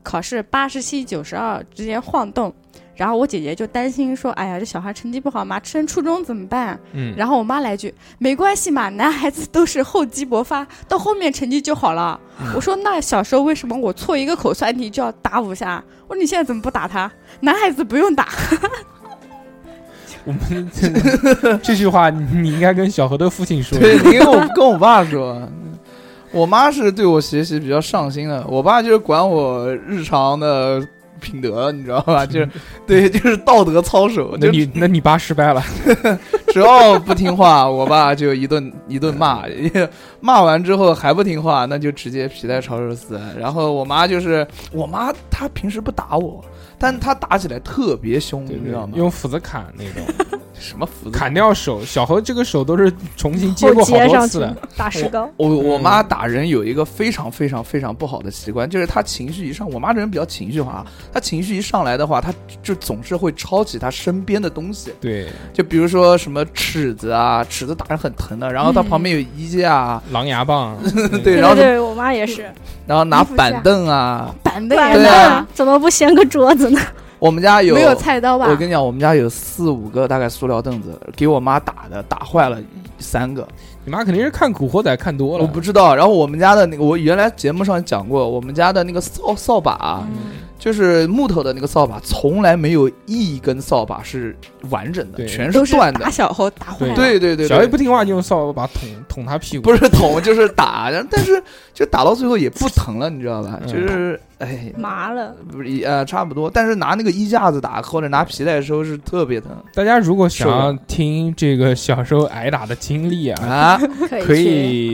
考试八十七、九十二之间晃动，然后我姐姐就担心说：“哎呀，这小孩成绩不好嘛，升初中怎么办？”嗯，然后我妈来句：“没关系嘛，男孩子都是厚积薄发，到后面成绩就好了。我说：“那小时候为什么我错一个口算题就要打五下？我说你现在怎么不打他？男孩子不用打。我们这嗯这句话你应该跟小何的父亲说，对，你跟我跟我爸说，我妈是对我学习比较上心的，我爸就是管我日常的品德，你知道吧？ [LAUGHS] 就是对，就是道德操守，那就你那你爸失败了，只要不听话，我爸就一顿一顿骂，骂完之后还不听话，那就直接皮带炒肉丝。然后我妈就是，我妈她平时不打我，但她打起来特别凶，对嗯你不知对道吗？用斧子砍那种，什么斧子？砍掉手，小何这个手都是重新接后过好接多上次去 [LAUGHS] 的，打石膏，我我嗯妈打人有一个非常非常非常不好的习惯，就是她情绪一上，我妈这人比较情绪化，她情绪一上来的话，她就总是会抄起她身边的东西，对，就比如说什么尺子啊，尺子打人很疼的，然后她嗯旁边有衣架啊，狼牙 [LAUGHS] 棒，对对然后对对，我妈也是，然后拿衣服架板凳啊，板凳板也对拿啊凳，怎么不掀个桌子呢？我们家有没有菜刀吧？我跟你讲，我们家有四五个大概塑料凳子，给我妈打的，打坏了三个。你妈肯定是看《古惑仔》看多了，我不知道。然后我们家的那个，我原来节目上讲过，我们家的那个扫扫把啊、嗯就是木头的那个扫把，从来没有一根扫把是完整的，对全都是是断的打。小后打坏对了。对对对，小 A 对不听话就用扫把捅捅他屁股，不是捅就是打，然后但是 [LAUGHS] 就打到最后也不疼了，你知道吧？嗯就是哎，麻了，不是呃差不多，但是拿那个衣架子打或者拿皮带时候是特别疼大家如果想受要不了听这个小时候挨打的经历啊， [LAUGHS] 啊。可以可去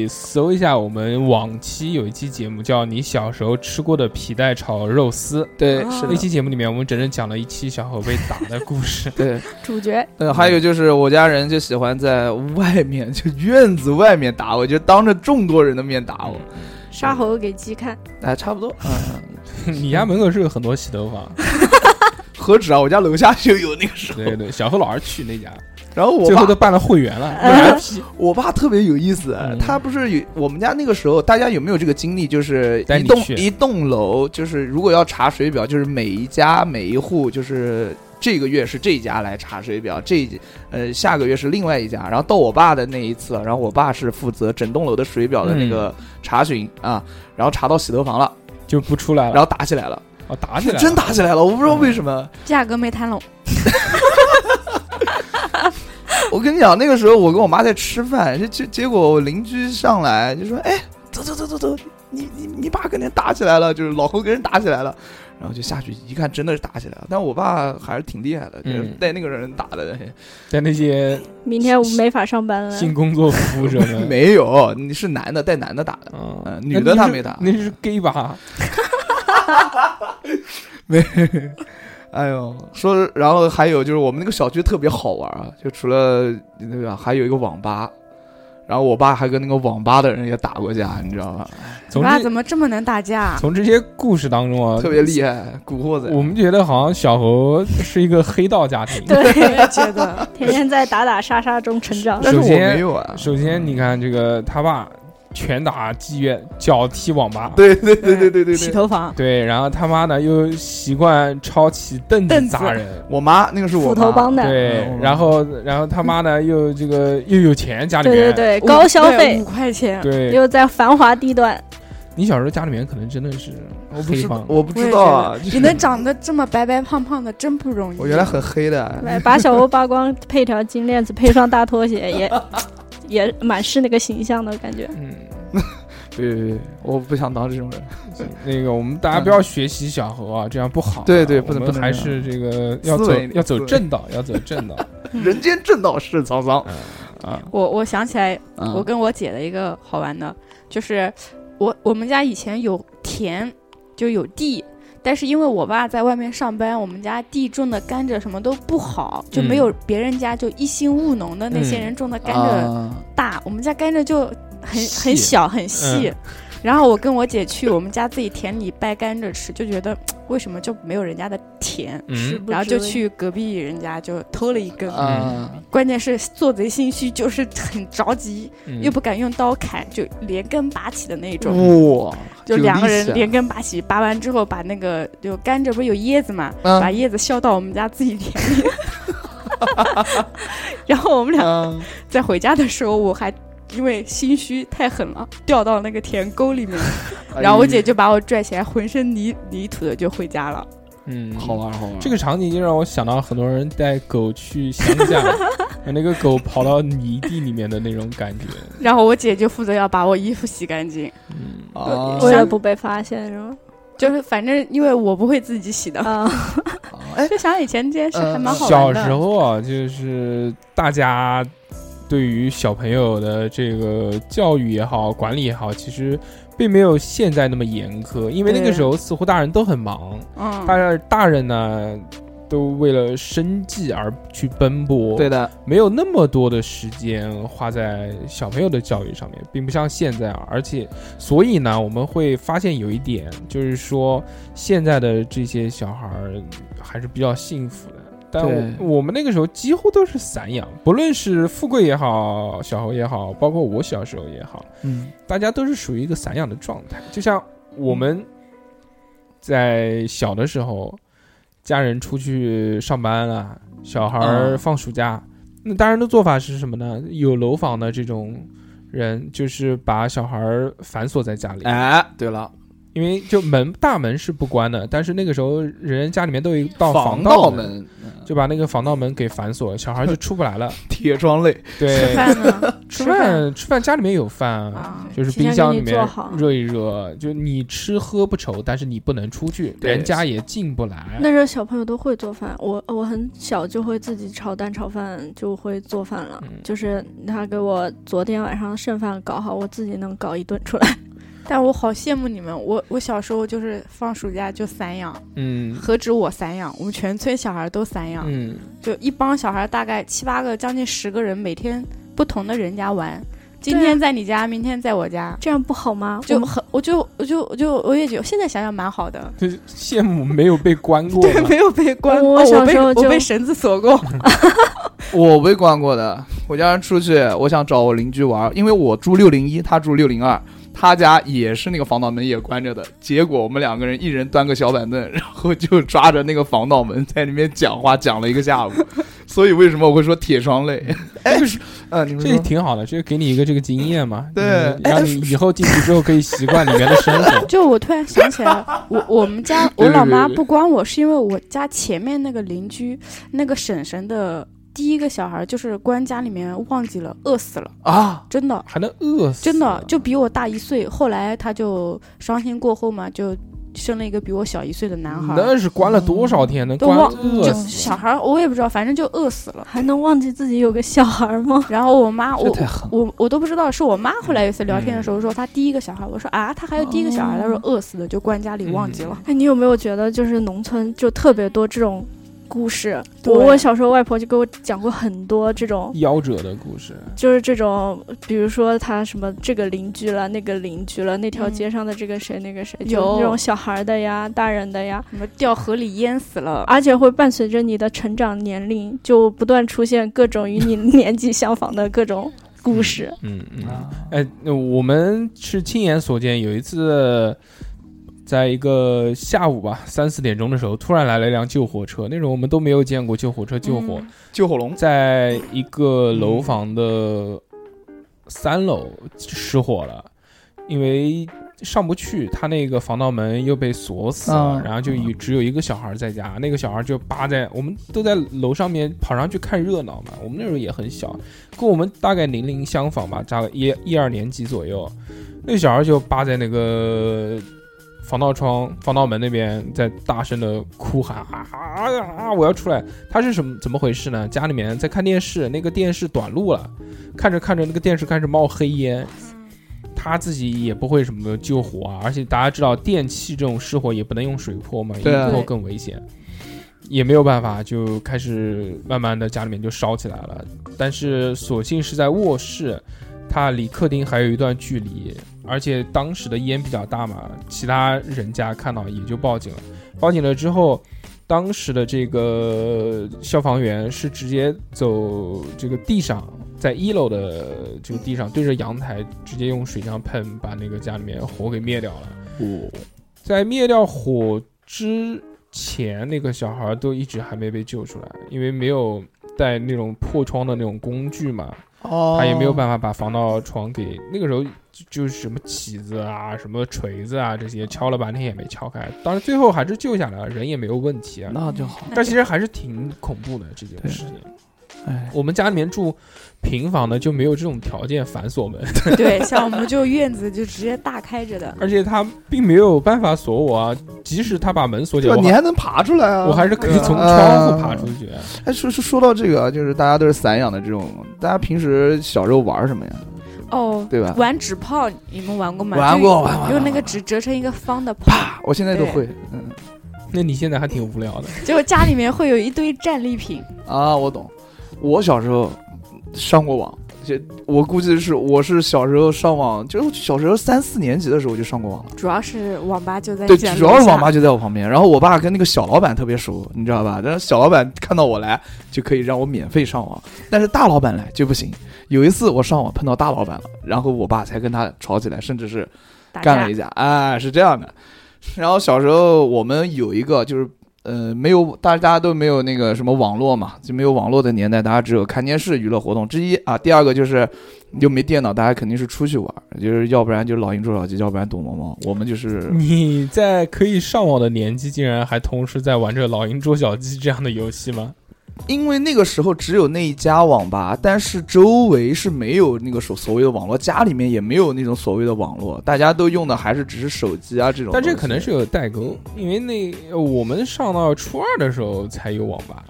以搜一下我们往期有一期节目叫《你小时候吃过的皮带炒肉丝》。对，啊是那的。。期节目里面，我们整整讲了一期小猴被打的故事 [LAUGHS] 对，主角呃，还有就是我家人就喜欢在外面，就院子外面打我，就当着众多人的面打我，嗯嗯杀猴给鸡看，哎，差不多，嗯，你家门口是有很多洗头房，何止啊，我家楼下就有那个时候，对对，小何老是去那家，然后 [LAUGHS] 我最爸呃后都办了会员了，为啥批我爸特别有意思，嗯他不是有我们家那个时候，大家有没有这个经历？就是带一你栋去一栋楼，就是如果要查水表，就是每一家每一户，就是这个月是这一家来查水表，这一呃下个月是另外一家。然后到我爸的那一次，然后我爸是负责整栋楼的水表的那个嗯查询、啊，然后查到洗头房了，就不出来然了，后打起来了，哦，啊打起来了，嗯真打起来了，我不知道为什么。价格没谈拢， [LAUGHS] 我跟你讲，那个时候我跟我妈在吃饭，结结结果我邻居上来就说：“哎，走走走走走，你你你爸跟人打起来了，就是老侯跟人打起来了。”然后就下去一看，真的是打起来了。但我爸还是挺厉害的，就是嗯带那个人打的。在那些明天我没法上班了，性工作服务者们， [LAUGHS] 没有，你是男的带男的打的，嗯嗯，女的她没打那是 gay 吧？没。哎呦，说，然后还有就是我们那个小区特别好玩啊，就除了那个还有一个网吧，然后我爸还跟那个网吧的人也打过架，你知道吧？你从爸这怎么这么能 [LAUGHS] 打架？啊从这些故事当中啊，特别厉害，古惑仔。我们觉得好像小猴是一个黑道家庭。我也对，觉得天天在打打杀杀中成长。但是首我先没有啊，首先，你看这个他爸拳打妓院，脚踢网吧，对 [LAUGHS] 对对对 [LAUGHS] 对对洗对，头房对然后他妈呢又习惯抄起凳凳子子砸人，我妈那个是我斧头妈帮的，对嗯，然后然后他妈呢又这个又有钱，家里对面对对，五高消对费五块钱，对又在繁华地段，你小时候家里面可能真的是我不黑知帮道，，我不我也知道啊觉得，就是你能长得这么白白胖胖的，真不容易。我原来很黑 [LAUGHS] 的， [LAUGHS] 来把小欧扒光，配条金链子，配双大拖鞋， [LAUGHS] 也也蛮是那个形象的感觉。嗯，对对对，我不想当这种人。那个我们大家不要学习小猴啊，这样不好啊。对对我不能们不能还这是这个要思走维一点要走思维正道，要走正道。嗯人间正道是沧桑嗯啊！我我想起来，嗯我跟我姐的一个好玩的，就是我我们家以前有田，就有地。但是因为我爸在外面上班，我们家地种的甘蔗什么都不好，就嗯没有别人家就一心务农的那些人种的甘蔗啊嗯大。我们家甘蔗就很细很小很细。然后我跟我姐去我们家自己田里掰甘蔗吃，就觉得为什么就没有人家的甜，嗯，然后就去隔壁人家就偷了一根。啊，关键是做贼心虚，就是很着急，嗯又不敢用刀砍，就连根拔起的那种。哇，就有两个力人气啊连根拔起，拔完之后把那个就甘蔗不是有叶子嘛，嗯把叶子削到我们家自己田 [LAUGHS] 里。然后我们俩啊在回家的时候，我还因为心虚太狠了，掉到那个田沟里面， [LAUGHS] 嗯然后我姐就把我拽起来，浑身泥泥土的就回家了。嗯哎好。玩好玩，这个场景就让我想到很多人带狗去乡 [LAUGHS] 下，把那个狗刨到泥地里面的那种感觉。然后我姐就负责要把我衣服洗干净，嗯，啊为了不被发现是吗？就是反正因为我不会自己洗的，啊，啊嗯哎，嗯就想以前这件事还蛮好小玩的。时候啊，就是大家对于小朋友的这个教育也好，管理也好，其实并没有现在那么严苛，因为那个对时候似乎大人都很忙，大嗯，家大人呢都为了生计而去奔波，对，的，没有那么多的时间花在小朋友的教育上面，并不像现在啊，而且所以呢，我们会发现有一点，就是说现在的这些小孩儿还是比较幸福的。但对我我们那个时候几乎都是散养，不论是富贵也好，小猴也好，包括我小时候也好，嗯，大家都是属于一个散养的状态。就像我们在小的时候，家人出去上班啊，小孩儿嗯放暑假，那大人的做法是什么呢？有楼房的这种人，就是把小孩儿反锁在家里，哎，对了，因为就门大门是不关的，但是那个时候人家里面都有一道防盗门，门，就把那个防盗门给反锁，小孩就出不来 [LAUGHS] 了。铁窗泪，对，[LAUGHS] 饭呢？吃饭吃饭家里面有饭啊，啊，就是提前冰给箱你里面做好热一热，就你吃喝不愁，但是你不能出去，对人家也进不来。那时候小朋友都会做饭，我我很小就会自己炒蛋炒饭，就会做饭了。嗯就是他给我昨天晚上剩饭搞好，我自己能搞一顿出来。但我好羡慕你们，我我小时候就是放暑假就散养，嗯何止我散养，我们全村小孩都散养，嗯，就一帮小孩大概七八个，将近十个人，每天不同的人家玩，今对啊天在你家，明天在我家，这样不好吗？就我们很，我就我就我就我也觉得现在想想蛮好的，就是羡慕没有被关过对，嘛。 [LAUGHS] 没有被关过，我小我被时候就我被绳子锁过，我被关过的。我家人出去，我想找我邻居玩，因为我住六零一，他住六零二，他家也是那个防盗门也关着的。结果我们两个人一人端个小板凳，然后就抓着那个防盗门在里面讲话，讲了一个下 [LAUGHS] 午。所以为什么我会说铁窗泪？哎，是嗯、你们这说挺好的，这给你一个这个经验嘛，对嗯哎。让你以后进去之后可以习惯里面的生活就我突然想起来， [LAUGHS] 我我们家对我对老妈对对不关我，是因为我家前面那个邻居那个婶婶的第一个小孩，就是关家里面忘记了，饿死了， [LAUGHS] 啊，真的还能饿死？啊真的就比我大一岁。后来他就伤心过后嘛，就生了一个比我小一岁的男孩，那是关了多少天，能都关忘饿就死？小孩儿我也不知道，反正就饿死了。还能忘记自己有个小孩吗？然后我妈这我太嗯狠了。我我都不知道，是我妈后来有一次聊天的时候说她第一个小孩，我说啊，她还有第一个小孩，她哦说饿死的，就关家里忘记了。嗯哎，你有没有觉得就是农村就特别多这种故事？对我我小时候外婆就给我讲过很多这种，夭折的故事，就是这种，比如说他什么这个邻居了，那个邻居了，那条嗯街上的这个谁那个谁，就有这种小孩的呀，大人的呀，什么掉河里淹死了，啊而且会伴随着你的成长年龄，就不断出现各种 [LAUGHS] 与你年纪相仿的各种故事。嗯嗯。哎，那我们是亲眼所见，有一次，在一个下午吧，三四点钟的时候，突然来了一辆救火车，那时候我们都没有见过救火车救火，嗯救火龙，在一个楼房的三楼失火了，因为上不去，他那个防盗门又被锁死了，嗯然后就有只有一个小孩在家，那个小孩就扒在我们都在楼上面跑上去看热闹嘛，我们那时候也很小，跟我们大概年龄相仿吧，大概一一二年级左右，那个小孩就扒在那个防盗窗、防盗门那边，在大声的哭喊啊啊啊！我要出来！他是什么怎么回事呢？家里面在看电视，那个电视短路了，看着看着那个电视开始冒黑烟。他自己也不会什么救火啊，而且大家知道电器这种失火也不能用水泼嘛，对啊用泼更危险，也没有办法，就开始慢慢的家里面就烧起来了。但是所幸是在卧室，它离客厅还有一段距离，而且当时的烟比较大嘛，其他人家看到也就报警了。报警了之后，当时的这个消防员是直接走这个地上，在一楼的这个地上对着阳台直接用水枪喷，把那个家里面火给灭掉了。在灭掉火之前，那个小孩都一直还没被救出来，因为没有带那种破窗的那种工具嘛，哦他也没有办法把防盗窗给那个时候就就是什么起子啊、什么锤子啊这些敲了半天也没敲开，当然最后还是救下来了，人也没有问题啊。哦那就好。但其实还是挺恐怖的这件对事情。哎，我们家里面住平房的就没有这种条件反锁 [LAUGHS] 门， [LAUGHS] 对，像我们就院子就直接大开着的，而且他并没有办法锁我啊。即使他把门锁起对来，吧？我你还还能爬出来啊？我还是可以从对啊窗户爬出去。哎，说说说到这个啊，就是大家都是散养的这种，大家平时小时候玩什么呀？哦，对吧玩纸炮，你们玩过吗？玩过玩就玩是用玩那个纸折成一个方的炮，我现在都会，嗯那你现在还挺无聊的，结果家里面会有一堆战利品，啊，我懂。我小时候上过网，就我估计是我是小时候上网，就是小时候三四年级的时候我就上过网了。主要是网吧就在对，家主要是网吧就在我旁边，然后我爸跟那个小老板特别熟，你知道吧？然后小老板看到我来就可以让我免费上网，但是大老板来就不行。有一次我上网碰到大老板了，然后我爸才跟他吵起来，甚至是打干了架一，架，哎，是这样的。然后小时候我们有一个就是呃，没有，大大家都没有那个什么网络嘛，就没有网络的年代，大家只有看电视娱乐活动之一啊。第二个就是又没电脑，大家肯定是出去玩，就是要不然就老鹰捉小鸡，要不然躲猫猫。我们 [LAUGHS] 就是你在可以上网的年纪，竟然还同时在玩着《老鹰捉小鸡》这样的游戏吗？因为那个时候只有那一家网吧，但是周围是没有那个所所谓的网络，家里面也没有那种所谓的网络，大家都用的还是只是手机啊这种东但西。嗯这可能是有代沟，因为那呃我们上到初二的时候才有网吧，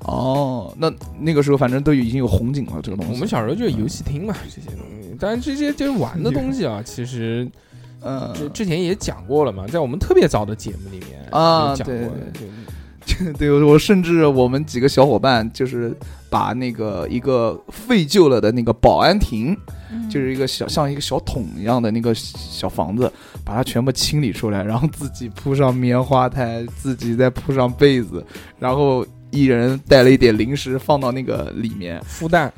哦，那那个时候反正都已经有红警了这个东西。我们小时候就是游戏厅嘛，这些东西。但这些就是玩的东西啊，其实呃，之之前也讲过了嘛，在我们特别早的节目里面啊有讲过的对就对，我甚至我们几个小伙伴就是把那个一个废旧了的那个保安亭，嗯就是一个小像一个小桶一样的那个小房子，把它全部清理出来，然后自己铺上棉花台，自己再铺上被子，然后一人带了一点零食放到那个里 [LAUGHS] 面，孵蛋，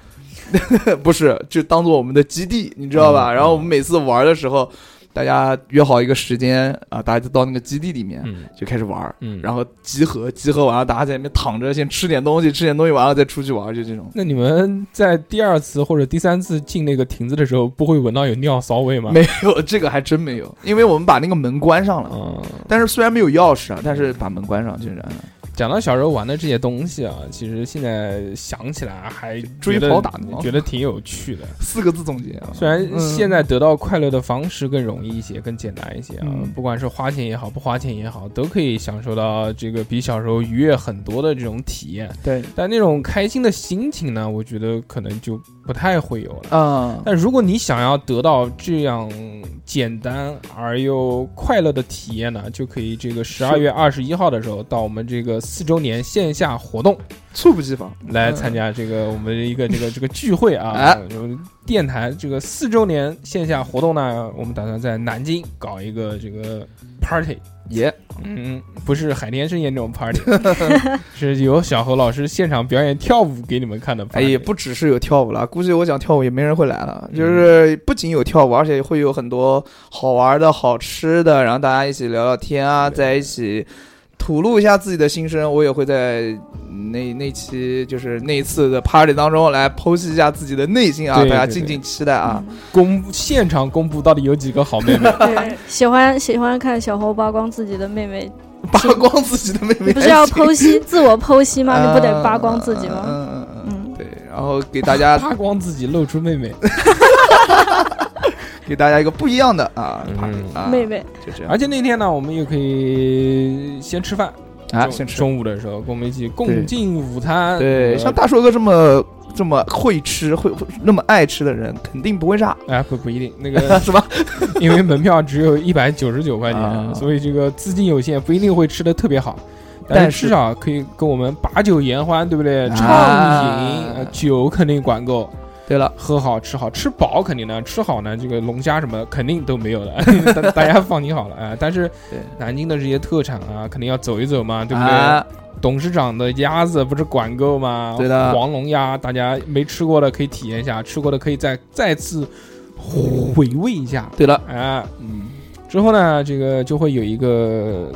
不是就当做我们的基地，你知道吧？嗯然后我们每次玩的时候，大家约好一个时间啊，大家就到那个基地里面嗯就开始玩儿。嗯。然后集合，集合完了，大家在那边躺着，先吃点东西，吃点东西完了再出去玩，就这种。那你们在第二次或者第三次进那个亭子的时候，不会闻到有尿骚味吗？没有这个还真没 [LAUGHS] 有，因为我们把那个门关上了。嗯，但是虽然没有钥匙啊，但是把门关上嗯就是这样的。讲到小时候玩的这些东西啊，其实现在想起来还追觉得跑打闹觉得挺有趣的。四个字总结啊，虽然现嗯、在得到快乐的方式更容易一些，更简单一些啊，嗯不管是花钱也好，不花钱也好，都可以享受到这个比小时候愉悦很多的这种体验。对，但那种开心的心情呢，我觉得可能就不太会有了。啊、但如果你想要得到这样简单而又快乐的体验呢，就可以这个十二月二十一号的时候到我们这个四周年线下活动猝不及防来参。加这个我们的一个这个这个聚会啊哎，就是电台这个四周年线下活动呢，我们打算在南京搞一个这个 party。也、嗯，不是海天盛宴那种 [LAUGHS] party，是由小侯老师现场表演跳舞给你们看的哎 party。也不只是有跳舞了，估计我讲跳舞也没人会来了。嗯就是不仅有跳舞，而且会有很多好玩的好吃的，然后大家一起聊聊天啊，对在一起吐露一下自己的心声。我也会在那那期就是那一次的 party 当中来剖析一下自己的内心啊，对大家对嗯敬对请期待啊。公现场公布到底有几个好 [LAUGHS] 妹妹。对， [LAUGHS] 喜欢喜欢看小猴扒光自己的妹妹，扒光自己的妹妹，你不是要剖析自我剖析吗？你不得嗯扒光自己吗？嗯嗯嗯嗯，嗯，对，然后给大家扒光自己，露出妹 [LAUGHS] 妹。给大家一个不一样的啊嗯 party 啊，妹妹，就这样而且那天呢，我们又可以先吃饭啊，中先吃。中午的时候，跟我们一起共对进午餐。对，呃像大硕哥这么这么会吃、会会那么爱吃的人，肯定不会炸，哎，不不一定，那个 [LAUGHS] 是吧？ [LAUGHS] 因为门票只有一百九十九块啊钱，所以这个资金有限，不一定会吃的特别好。但是是至少可以跟我们把酒言欢，对不对？畅饮，啊呃酒肯定管够，对了，喝好吃好，吃饱肯定的，吃好呢，这个龙虾什么肯定都没有的， [LAUGHS] 大大家放心好了啊、哎但是对南京的这些特产啊，肯定要走一走嘛，对不对？啊，董事长的鸭子不是管够吗？对的黄龙鸭，大家没吃过的可以体验一下，吃过的可以再再次回味一下。对了，啊，嗯，之后呢，这个就会有一个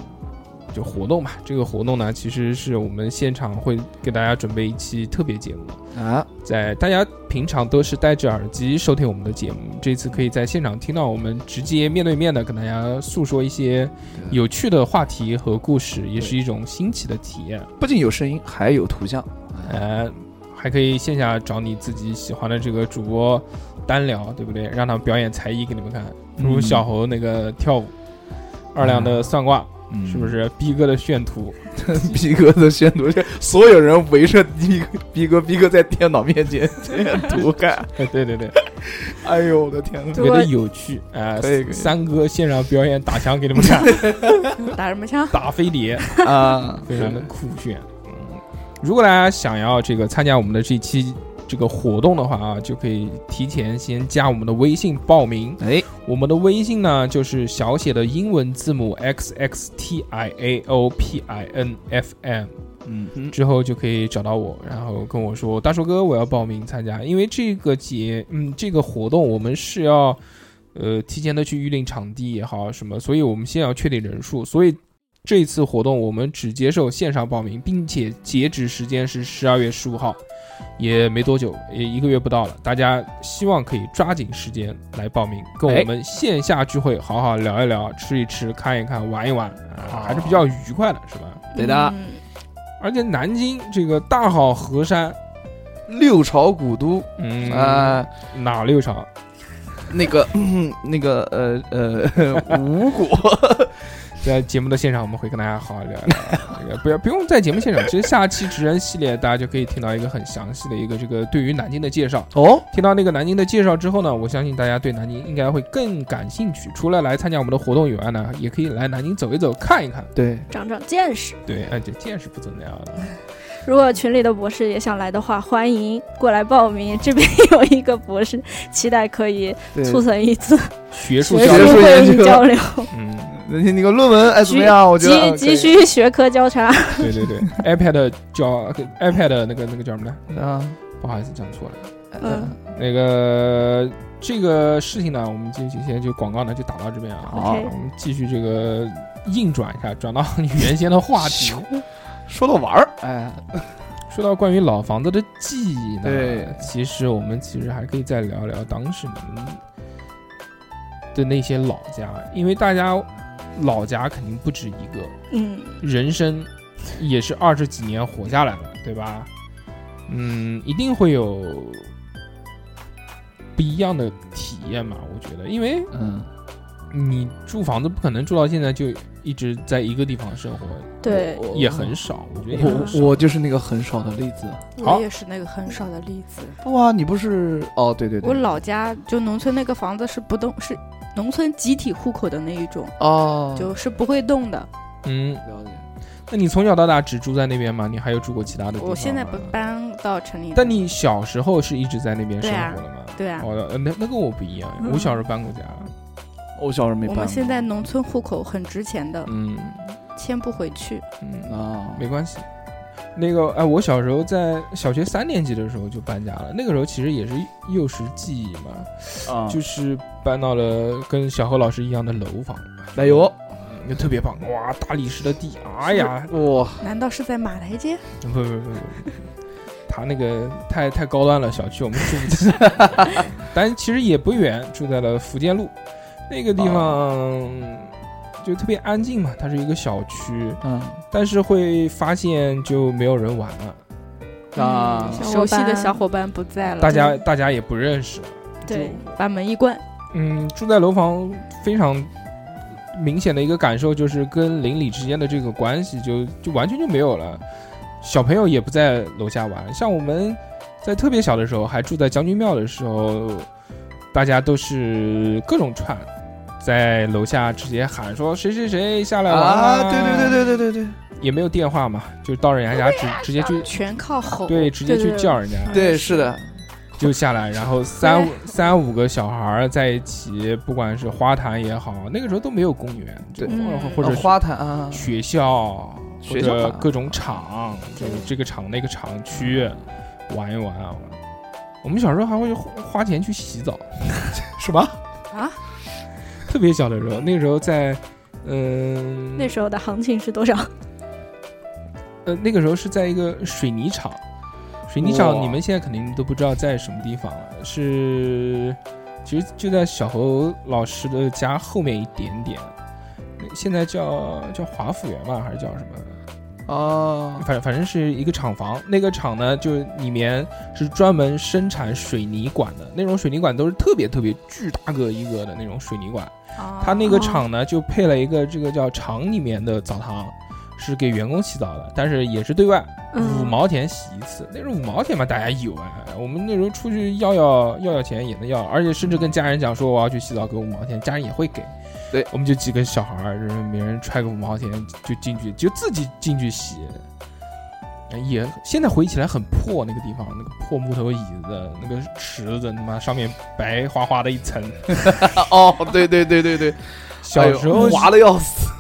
就活动嘛。这个活动呢，其实是我们现场会给大家准备一期特别节目，啊，在大家平常都是戴着耳机收听我们的节目，这次可以在现场听到我们直接面对面的跟大家诉说一些有趣的话题和故事，也是一种新奇的体验。不仅有声音，还有图像，呃，还可以线下找你自己喜欢的这个主播单聊，对不对？让他们表演才艺给你们看，比如嗯小猴那个跳舞，二两的算卦，嗯是不？是逼哥的炫图？ [LAUGHS] 逼哥的宣读，所有人围着逼哥，逼哥，逼哥在电脑面 [LAUGHS] 前宣读看，对对对， [LAUGHS] 哎呦我的天呐！特别的对有趣。哎、可以可以三哥现场表演打枪给你们 [LAUGHS] 看，打什么枪？打飞碟，啊，非常的酷炫。嗯，如果大家想要这个参加我们的这期。这个活动的话啊，就可以提前先加我们的微信报名， [LAUGHS] 哎，我们的微信呢，就是小写的英文字母 x x t i a o p i n f m，嗯哼，之后就可以找到我，然后跟我说，大叔哥，我要报名参加，因为这个节，嗯，这个活动我们是要，呃，提前的去预定场地也好什么，所以我们先要确定人数，所以这次活动我们只接受线上报名，并且截止时间是十二月十五号，也没多久，也一个月不到了。大家希望可以抓紧时间来报名，跟我们线下聚会好好聊一聊，吃一吃，看一看，玩一玩，啊、还是比较愉快的，是吧？对的嗯而且南京这个大好河山，六朝古都嗯啊、哪六朝？那个、嗯、那个呃呃 [LAUGHS] 吴国，在节目的现场，我们会跟大家好好聊 [LAUGHS] 一聊啊这个，不要不用在节目现场，其实下期职人系列大家就可以听到一个很详细的一个这个对于南京的介绍。哦，听到那个南京的介绍之后呢，我相信大家对南京应该会更感兴趣。除了来参加我们的活动以外呢，也可以来南京走一走、看一看。对，长长见识。对，哎，这见识不怎么样的。如果群里的博士也想来的话，欢迎过来报名。这边有一个博士，期待可以对促成一次学术学交术流，术会研议究交流，嗯，那那个论文哎怎么样？我觉得嗯急可以急需学科交叉。对对对，iPad 叫 iPad 的那个那个叫什么呢？啊，不好意思，讲错了。嗯，那个这个事情呢，我们今天就广告呢就打到这边啊。好 OK 我们继续这个硬转一下，转到你原先的话 [LAUGHS] 题，说到玩儿，哎，说到关于老房子的记忆呢。对其实我们其实还可以再聊聊当时你们的那些老家，因为大家老家肯定不止一个，嗯，人生也是二十几年活下来的，对吧？嗯，一定会有不一样的体验嘛，我觉得，因为嗯，你住房子不可能住到现在就一直在一个地方生活，对，我也很少，我觉得也很少我我就是那个很少的例子。好我也是那个很少的例子。不啊，你不是哦？对对对，我老家就农村那个房子是不动，是农村集体户口的那一种，哦，就是不会动的。嗯，了解。那你从小到大只住在那边吗？你还有住过其他的地方吗我现在不搬到城里了，但你小时候是一直在那边生活的吗？对啊，哦，呃那那跟我不一样，嗯我小时候搬过家，我小时候没我搬过。们现在农村户口很值钱的，嗯迁不回去。嗯啊，没关系。那个，哎，我小时候在小学三年级的时候就搬家了。那个时候其实也是幼时记忆嘛，啊，就是搬到了跟小何老师一样的楼房，奶油。嗯特别棒，哇，大理石的地，哎呀，哇，难道是在马台街？不不不不不，他那个太太高端了，小区我们住不起， [LAUGHS] 但其实也不远，住在了福建路那个地方，就特别安静嘛，它是一个小区，嗯但是会发现就没有人玩了。啊嗯，熟悉的小伙伙伴不在了，大家大家也不认识了。伴，对，把门一关，嗯，住在楼房非常明显的一个感受就是跟邻里之间的这个关系就就完全就没有了。小朋友也不在楼下玩，像我们在特别小的时候，还住在将军庙的时候，大家都是各种串，在楼下直接喊说谁谁谁下来玩啊，对对对对，对对对对也没有电话嘛，就到人家家直直接去全靠吼。对直接对去对叫人家。对，是的，就下来，然后三五三五个小孩儿在一起，不管是花坛也好，那个时候都没有公园，对或者嗯或者啊是花坛啊，学校，或学校者吧各种场，就是这个场那个场区玩一玩啊。我们小时候还会花花钱去洗 [LAUGHS] 澡，什么？啊， [LAUGHS] 特别小的时候，那个时候在嗯，那时候的行情是多少？呃那个时候是在一个水泥厂，水泥厂哇你们现在肯定都不知道在什么地方了，是其实就在小侯老师的家后面一点点，那现在叫叫华府园吧，还是叫什么？哦，反正反正是一个厂房，那个厂呢，就里面是专门生产水泥管的，那种水泥管都是特别特别巨大个一个的那种水泥管。他那哦个厂呢，就配了一个这个叫厂里面的澡堂，是给员工洗澡的，但是也是对外，嗯五毛钱洗一次。那时候五毛钱嘛，大家有啊。我们那时候出去要要要要钱也能要，而且甚至跟家人讲说我要去洗澡，给我五毛钱，家人也会给。对，我们就几个小孩儿，就是每人揣个五毛钱就进去，就自己进去洗。哎也现在回忆起来很破，那个地方那个破木头椅子，那个池子，他妈上面白花花的一层。啊哦，对对对对对，哎小呦时候呃滑的要死，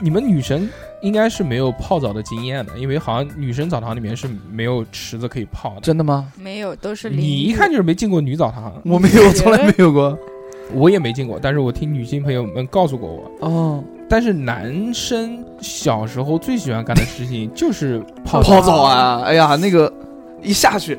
你们女生应该是没有泡澡的经验的，因为好像女生澡堂里面是没有池子可以泡的。真的吗？没有，都是淋你一浴看就是没进过女澡堂，啊我没有，从来没有过。我也没进过，但是我听女性朋友们告诉过我，哦，但是男生小时候最喜欢干的事情 [LAUGHS] 就是泡澡，泡嗯澡啊！哎呀，那个一下去，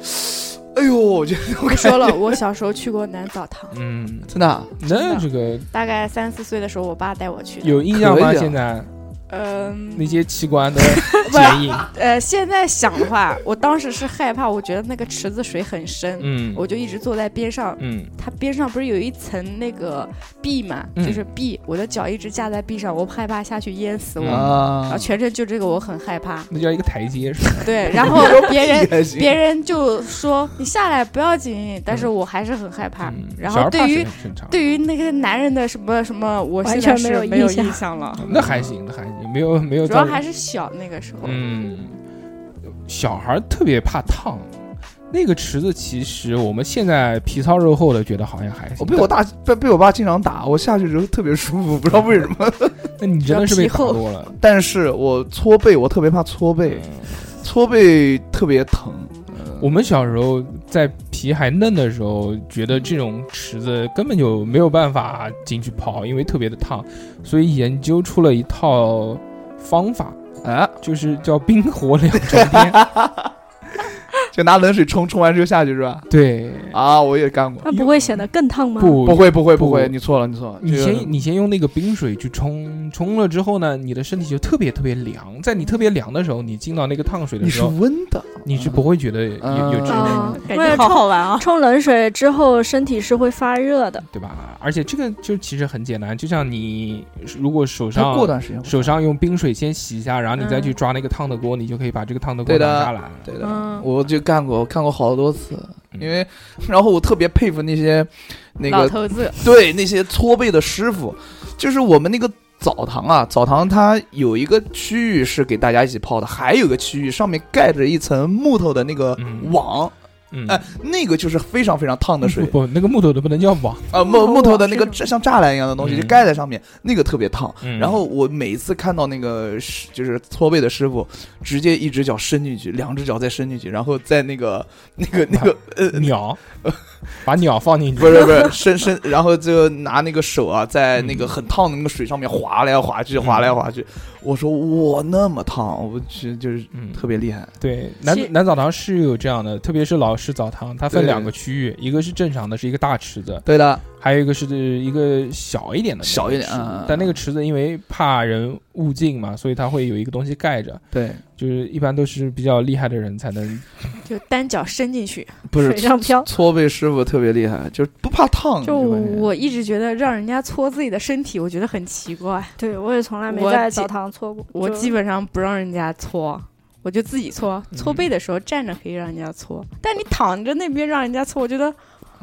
哎呦，我觉得我说了，我小时候去过男澡堂，嗯，真的啊那这个大概三四岁的时候，我爸带我去的。有印象吗？可以啊现在嗯，那些器官 [LAUGHS] 的不是剪影，呃，现在想的话，我当时是害怕，我觉得那个池子水很深，嗯我就一直坐在边上。嗯它边上不是有一层那个壁嘛，嗯就是壁，我的脚一直架在壁上，我害怕下去淹死我，嗯然啊后，全程就这个我很 [LAUGHS] 害怕。那叫一个台阶是吧？对，然后别人也行别人就说你下来不要紧，但是我还是很害怕。嗯啊然小后孩对怕水于很正常，对于那个男人的什么什么，我现在完全没是有没有印象印象了，那还行，那还行，没有没有主要造成还是小那个时候。嗯，小孩儿特别怕烫。那个池子其实我们现在皮糙肉厚的，觉得好像还行。我哦被我大被被我爸经常打，我下去之后特别舒服，不知道为什么。但，那你真的是被比打较皮厚过 [LAUGHS] 了。 [LAUGHS] 嗯但是我搓背，我特别怕搓背，搓背特别疼。我们小时候在皮还嫩的时候，觉得这种池子根本就没有办法进去泡，因为特别的烫，所以研究出了一套方法，啊，就是叫冰火两重天。 [LAUGHS] 就拿冷水冲，冲完之后下去是吧？ [LAUGHS] 对，啊，我也干过。那不会显得更烫吗？不不会不会不不会，你错了你错了。你这个先你先用那个冰水去冲，冲了之后呢，你的身体就特别特别凉。在你特别凉的时候，你进到那个烫水的你是时候，温的，你是不会觉得有有这种啊啊，感觉好好玩啊！冲冷水之后，身体是会发热的。对吧？而且这个就其实很简单，就像你如果手他上过段时间会手上用冰水先洗一下，然后你再嗯去抓那个烫的锅，你就可以把这个烫的锅对的拿下来。对的，嗯我就干过，我看过好多次，嗯因为然后我特别佩服那些那老个头子，对那些搓背的师傅，就是我们那个澡堂啊，澡堂它有一个区域是给大家一起泡的，还有一个区域上面盖着一层木头的那个嗯网，嗯，哎那个就是非常非常烫的水不，不，那个木头都不能叫网。呃木木头的那个是像栅栏一样的东西嗯就盖在上面，那个特别烫。嗯然后我每次看到那个师就是搓背的师傅，直接一只脚伸进去，两只脚再伸进去，然后在那个那个那个呃 [LAUGHS] 鸟，把鸟放进去不，是不是，伸伸，然后就拿那个手啊，在那个很烫的那个水上面划来划去，划来划去。我说哇，那么烫，我去就是嗯，特别厉害。对，男男澡堂是有这样的，特别是老式澡堂，它分对两个区域，一个是正常的，是一个大池子，对的，还有一个是一个小一点的那个池子，小一点嗯嗯嗯但那个池子因为怕人误进嘛，所以它会有一个东西盖着，对，就是一般都是比较厉害的人才能。就单脚伸进嗯去。不是水上漂，搓背师傅特别厉害，就是不怕烫。就这个东西我一直觉得让人家搓自己的身体，我觉得很奇怪。对我也从来没我在基澡堂搓过。 [LAUGHS] 我就基本上不让人家搓，我就自己搓。嗯搓背的时候站着可以让人家搓，但你躺着那边让人家搓，我觉得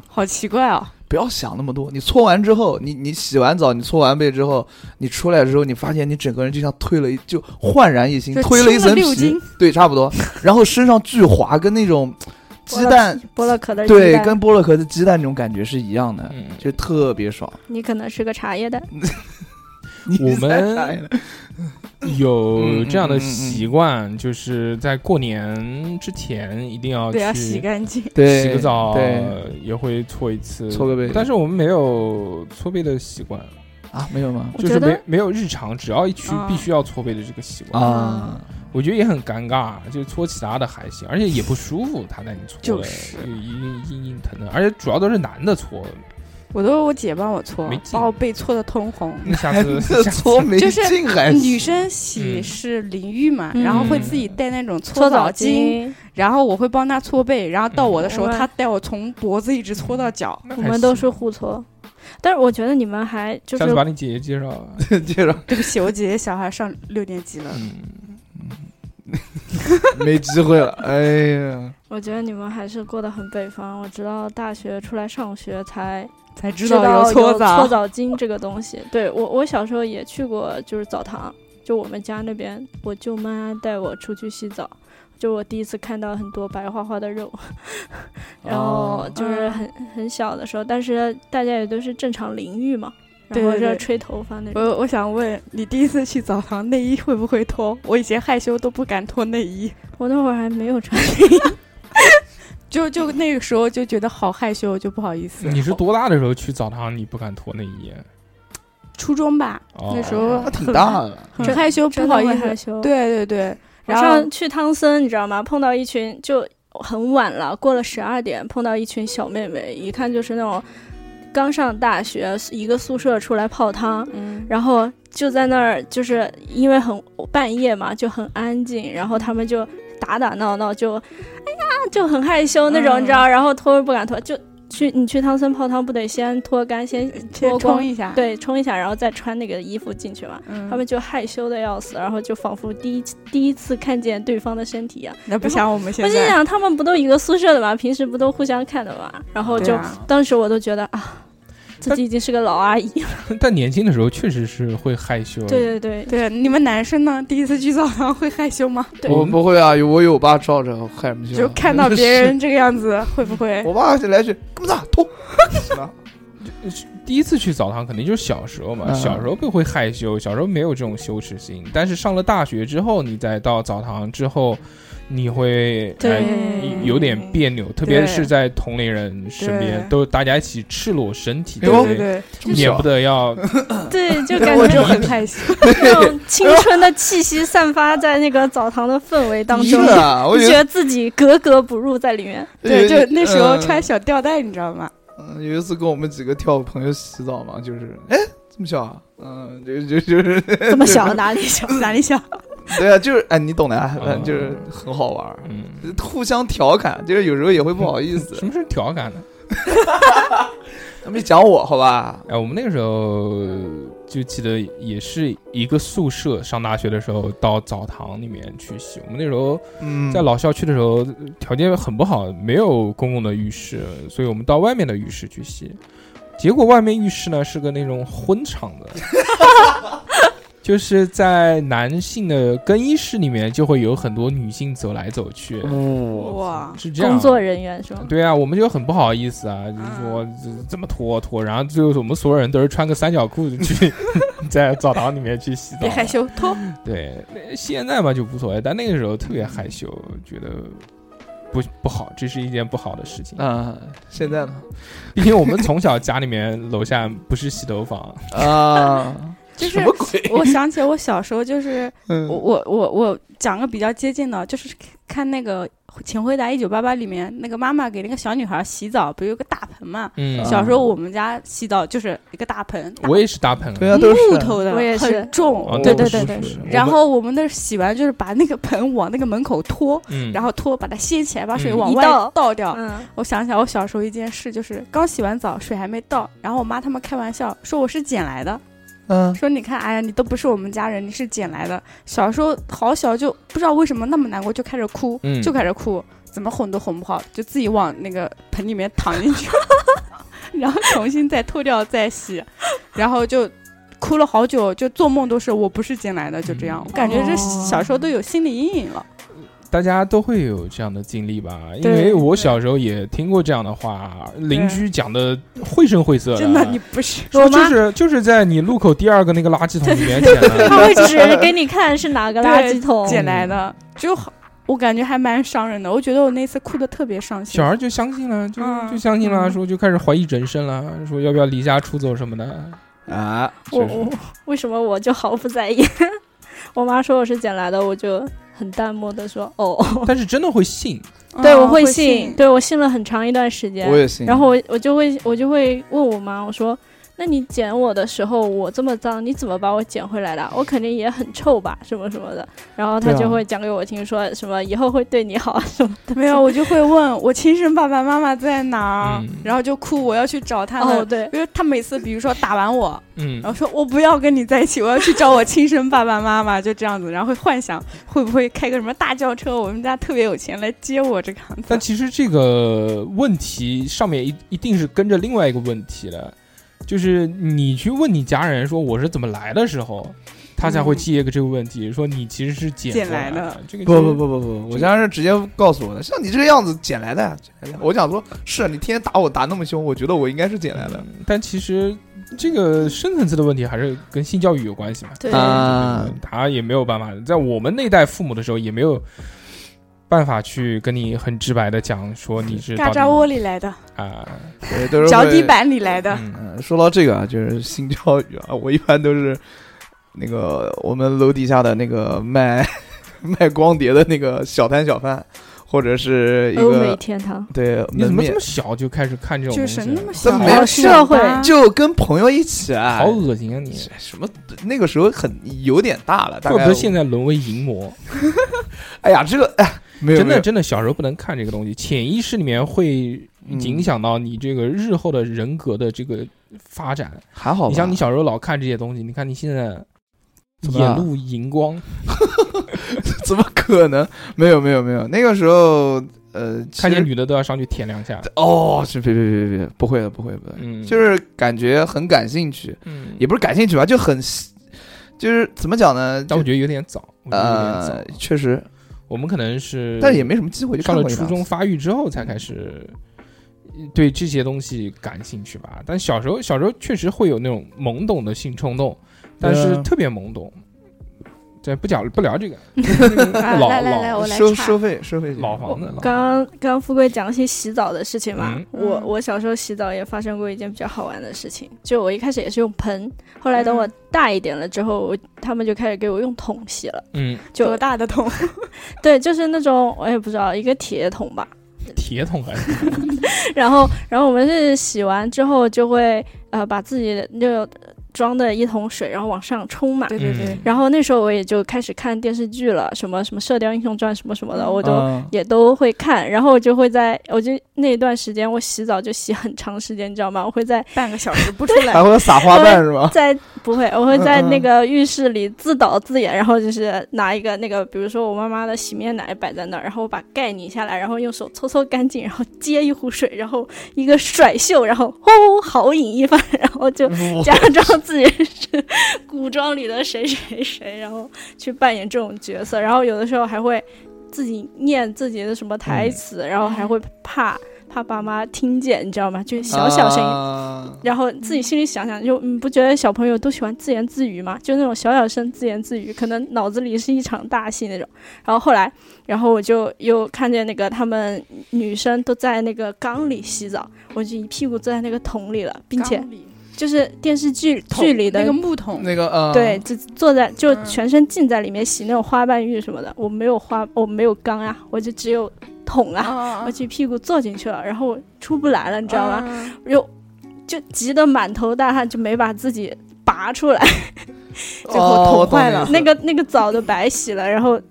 好奇怪啊！不要想那么多，你搓完之后，你你洗完澡，你搓完背之后，你出来之后，你发现你整个人就像退了一，就焕然一新，就推了一轻了层六皮斤，对，差不多。然后身上巨滑，跟那种鸡蛋，波洛克的鸡对，蛋跟波洛克的鸡蛋那种感觉是一样的，嗯，就特别爽。你可能是个茶叶蛋。我们有这样的嗯嗯嗯嗯嗯习惯，就是在过年之前一定要对，去要洗干净。 [LAUGHS] 对洗个澡对也会搓一次，搓个背但是我们没有搓背的习惯，啊，没有吗？我就觉是得没没有日常，只要一去啊必须要搓背的这个习惯，啊，我觉得也很尴尬，就搓其他的还行，而且也不舒服，他在你搓的，就是又硬硬硬疼疼，而且主要都是男的搓，我都我姐帮我搓没，劲把我背搓的通红。 [LAUGHS] 那下次这下次搓没就是劲还行女生洗嗯是淋浴嘛，嗯然后会自己带那种搓搓澡澡巾，，然后我会帮她搓背，然后到我的时候，嗯她带我从脖子一直搓到 [LAUGHS] 脚。那还我行们都是互搓。但是我觉得你们还就下次是把你姐姐介绍 [LAUGHS] 吧，接着对不起，我姐姐小孩上六年级了。嗯，没机会了，哎呀，我觉得你们还是过得很北方。我直到大学出来上学才才知知道有搓澡。搓澡巾这个东西。对我，我小时候也去过，就是澡堂，就我们家那边，我舅妈带我出去洗澡，就我第一次看到很多白花花的肉，哦然后哦嗯就是很、很小的时候，但是大家也都是正常淋浴嘛，然后对对就对吹头发那种。我我想问你，第一次去澡堂内衣会不会脱？ [LAUGHS] 我以前害羞都不敢脱内衣，我那会儿还没有穿，就就那个时候就觉得好害羞，就不好意思。你是多大的时候去澡堂你不敢脱内衣？初中吧，哦那时候那挺很大的，很真嗯害羞，不真的好意会思害。羞。，对对对，我然后上去汤森，你知道吗？碰到一群就很晚了，过了十二点，碰到一群小妹妹，一看就是那种刚上大学，一个宿舍出来泡汤，嗯，然后就在那儿，就是因为很半夜嘛，就很安静，然后他们就打打闹闹，就哎呀，就很害羞那种，嗯你知道，然后脱不敢脱，就去你去汤森泡汤，不得先脱干，先脱先冲光，一下，，对，冲一下，然后再穿那个衣服进去嘛。嗯，他们就害羞的要死，然后就仿佛第一次第一次看见对方的身体一样。那不像我们我现心在，想，他们不都一个宿舍的吗？平时不都互相看的吗？然后对就、啊当时我都觉得啊，自己已经是个老阿姨了。 [LAUGHS] 但年轻的时候确实是会害羞。对对对，对，你们男生呢？第一次去澡堂会害羞吗？对我不会啊，有我有我爸罩着，我害什么羞就啊？看到别人这个样子，会不会？ [LAUGHS] 我爸来句干嘛子脱，第一次去澡堂肯定就是小时候嘛，嗯小时候不会害羞，小时候没有这种羞耻心。但是上了大学之后，你再到澡堂之后，你会对哎嗯有点别扭，特别是在同龄人身边，对都大家一起赤裸身体，哎呦不对对对，这么免小不得 [LAUGHS] 要对，就对感我觉就有很 [LAUGHS] 害羞。那种青春的气息散发在那个澡堂的氛围当中是，啊，我你觉觉得得自己格格不入在里面。对，就那时候嗯穿小吊带，你知道 [LAUGHS] 吗？嗯，有一次跟我们几个跳舞朋友洗澡嘛，就是哎，这么小啊，嗯，就就就是，这么小哪 [LAUGHS] 里小？哪里想？对啊，就是哎，你懂的啊，嗯反正就是很好玩儿，嗯，互相调侃，就是有时候也会不好意思什。么是调侃呢？没讲我好吧？哎，我们那个时候就记得也是一个宿舍，上大学的时候到澡堂里面去洗。我们那时候嗯，在老校区的时候，条件很不好，没有公共的浴室，所以我们到外面的浴室去洗。结果外面浴室呢是个那种婚场的， [LAUGHS] 就是在男性的更衣室里面就会有很多女性走来走去，哇，哇，是这样。啊工作人员是 [LAUGHS] 吗？对啊，我们就很不好意思啊，嗯就是说这这么拖拖，然后最后我们所有人都是穿个三角裤 [LAUGHS] 去在澡堂里面去洗澡。啊别 [LAUGHS] 害。羞，脱。对，那现在嘛就无所谓，但那个时候特别害羞，觉得不不好，这是一件不好的事情。啊，现在呢？毕竟我们从小家里面楼下不是洗头 [LAUGHS] 房， [LAUGHS] 啊，就是什么鬼？我想起我小时候，就是嗯我我我我讲个比较接近的，就是看那个《请回答一九八八》里面那个妈妈给那个小女孩洗澡，不是有个大盆嘛？嗯，小时候我们家洗澡就是一个大盆，大我也是大盆对了。啊，都是木头的，我也是很重。啊，对那对不对是对。不是然后我们那儿洗完就是把那个盆往那个门口拖，嗯，然后拖把它掀起来，把水嗯往一外倒倒掉。嗯，我想起来我小时候一件事，就是刚洗完澡水还没倒，然后我妈他们开玩笑说我是捡来的，嗯，说你看，哎呀，你都不是我们家人，你是捡来的。小时候好小，就不知道为什么那么难过，就开始哭，嗯就开始哭，怎么哄都哄不好，就自己往那个盆里面躺进去， [LAUGHS] 然后重新再脱掉再洗，然后就哭了好久，就做梦都是我不是捡来的，就这样。嗯我感觉这哦小时候都有心理阴影了。大家都会有这样的经历吧，因对为我小时候也听过这样的话，邻居讲的啊绘声绘色真的，你不是说我就妈是就是在你路口第二个那个垃圾桶里面捡 [LAUGHS] 的，他会指给你看是哪个垃圾桶。捡嗯来的，就好我感觉还蛮伤人的。我觉得我那次哭的特别伤心小。孩就相信了，就嗯就相信了，嗯说就开始怀疑人生了，说要不要离家出走什么的。啊，我是我为什么我就毫不在意？ [LAUGHS] 我妈说我是捡来的，我就很淡漠的说哦，但是真的会 [LAUGHS] 信，嗯对我会信，对我信了很长一段时间我。也信。然后我我就会我就会问我妈，我说那你捡我的时候我这么脏，你怎么把我捡回来的？我肯定也很臭吧，什么什么的。然后她对啊就会讲给我听，说什么以后会对你好啊什么的。没有，我就会问我亲生爸爸妈妈在哪儿，嗯然后就哭，我要去找他们。哦，对，因为他每次比如说打完我，嗯然，后说我不要跟你在一起，我要去找我亲生爸爸妈妈，就这样子，然后会幻想会不会开个什么大轿车，我们家特别有钱来接我这个样但子。其实这个问题上面一一定是跟着另外一个问题的，就是你去问你家人说我是怎么来的时候，他才会嗯接一个这个问题，说你其实是捡捡过来的的。这个不就不不不不，我家人是直接告诉我的，像你这个样子捡来的，啊捡来的。我想说，是啊你天天打我打那么凶，我觉得我应该是捡来的。嗯但其实这个深层次的问题还是跟性教育有关系嘛。对啊嗯他也没有办法，在我们那代父母的时候也没有办法去跟你很直白的讲说你是嘎到底扎窝里来的，啊，对都是脚底会板里来的，嗯嗯，说到这个啊，就是性教育啊，我一般都是那个我们楼底下的那个卖卖光碟的那个小摊小贩，或者是一欧美个天堂，对你门怎么这面么，小就开始看这种就东是西啊那么了？小这的啊没有社会就跟朋友一起啊好，恶心啊你！什么那个时候很有点大了，怪大不概得现在沦为淫魔，哎呀，这个哎，没有真没的有真的，小时候不能看这个东西，潜意识里面会嗯影响到你这个日后的人格的这个发展。还好吧，你像你小时候老看这些东西，你看你现在怎么眼了露荧光，怎么可能？没有没有没有，那个时候呃，其看见实女的都要上去舔两下。哦，是别别别别别，不会的不会的不会的，嗯，就是感觉很感兴趣。嗯，也不是感兴趣吧，就很，就是怎么讲呢？但就我觉得有点早，我觉得有呃点，早。啊确实，我们可能是，但是也没什么机会，就上了看过一初两次中发育之后才开始对这些东西感兴趣吧。但小时候，小时候确实会有那种懵懂的性冲动，但是特别懵懂。对，不讲不聊这 [LAUGHS] 个，啊老来呃来来，老我来收插收费收费节目老房子了。刚刚刚刚富贵讲起洗澡的事情嘛，嗯我嗯我小时候洗澡也发生过一件比较好玩的事情，就我一开始也是用盆，后来等嗯我大一点了之后，我他们就开始给我用桶洗了，嗯，就多大的桶？对，就是那种我也不知道一个铁桶吧， [LAUGHS] 铁桶还 [LAUGHS] 是然后然后我们是洗完之后就会呃把自己的就装的一桶水，然后往上冲嘛。对对对嗯，然后那时候我也就开始看电视剧了，什么什么《射雕英雄传》什么什么的，我都嗯也都会看，然后我就会在，我就那段时间我洗澡就洗很长时间，你知道吗？我会在半个小时不出还来，会撒花瓣是吗？在不会，我会在嗯嗯那个浴室里自导自演，然后就是拿一个那个，比如说我妈妈的洗面奶摆在那儿，然后我把盖拧下来，然后用手搓搓干净，然后接一壶水，然后一个甩袖，然后哦豪饮一番， [LAUGHS] 然后就哦 [LAUGHS] 假装自己是古装里的谁谁谁，然后去扮演这种角色，然后有的时候还会自己念自己的什么台词，然后还会怕怕爸妈听见，你知道吗？就小小声音。啊音，然后自己心里想想，就你不觉得小朋友都喜欢自言自语吗？就那种小小声自言自语，可能脑子里是一场大戏那种。然后后来，然后我就又看见那个他们女生都在那个缸里洗澡，我就一屁股坐在那个桶里了，并且缸里就是电视剧桶剧里的那个木桶，那个呃，对，，就坐在就嗯全身浸在里面洗那种花瓣浴什么的。我没有花，我没有缸啊，我就只有桶啊，啊我就一屁股坐进去了，然后我出不来了，你知道吗？？嗯又就急得满头大汗，就没把自己拔出来，最最后捅坏哦了那个那个澡都白洗了，然后。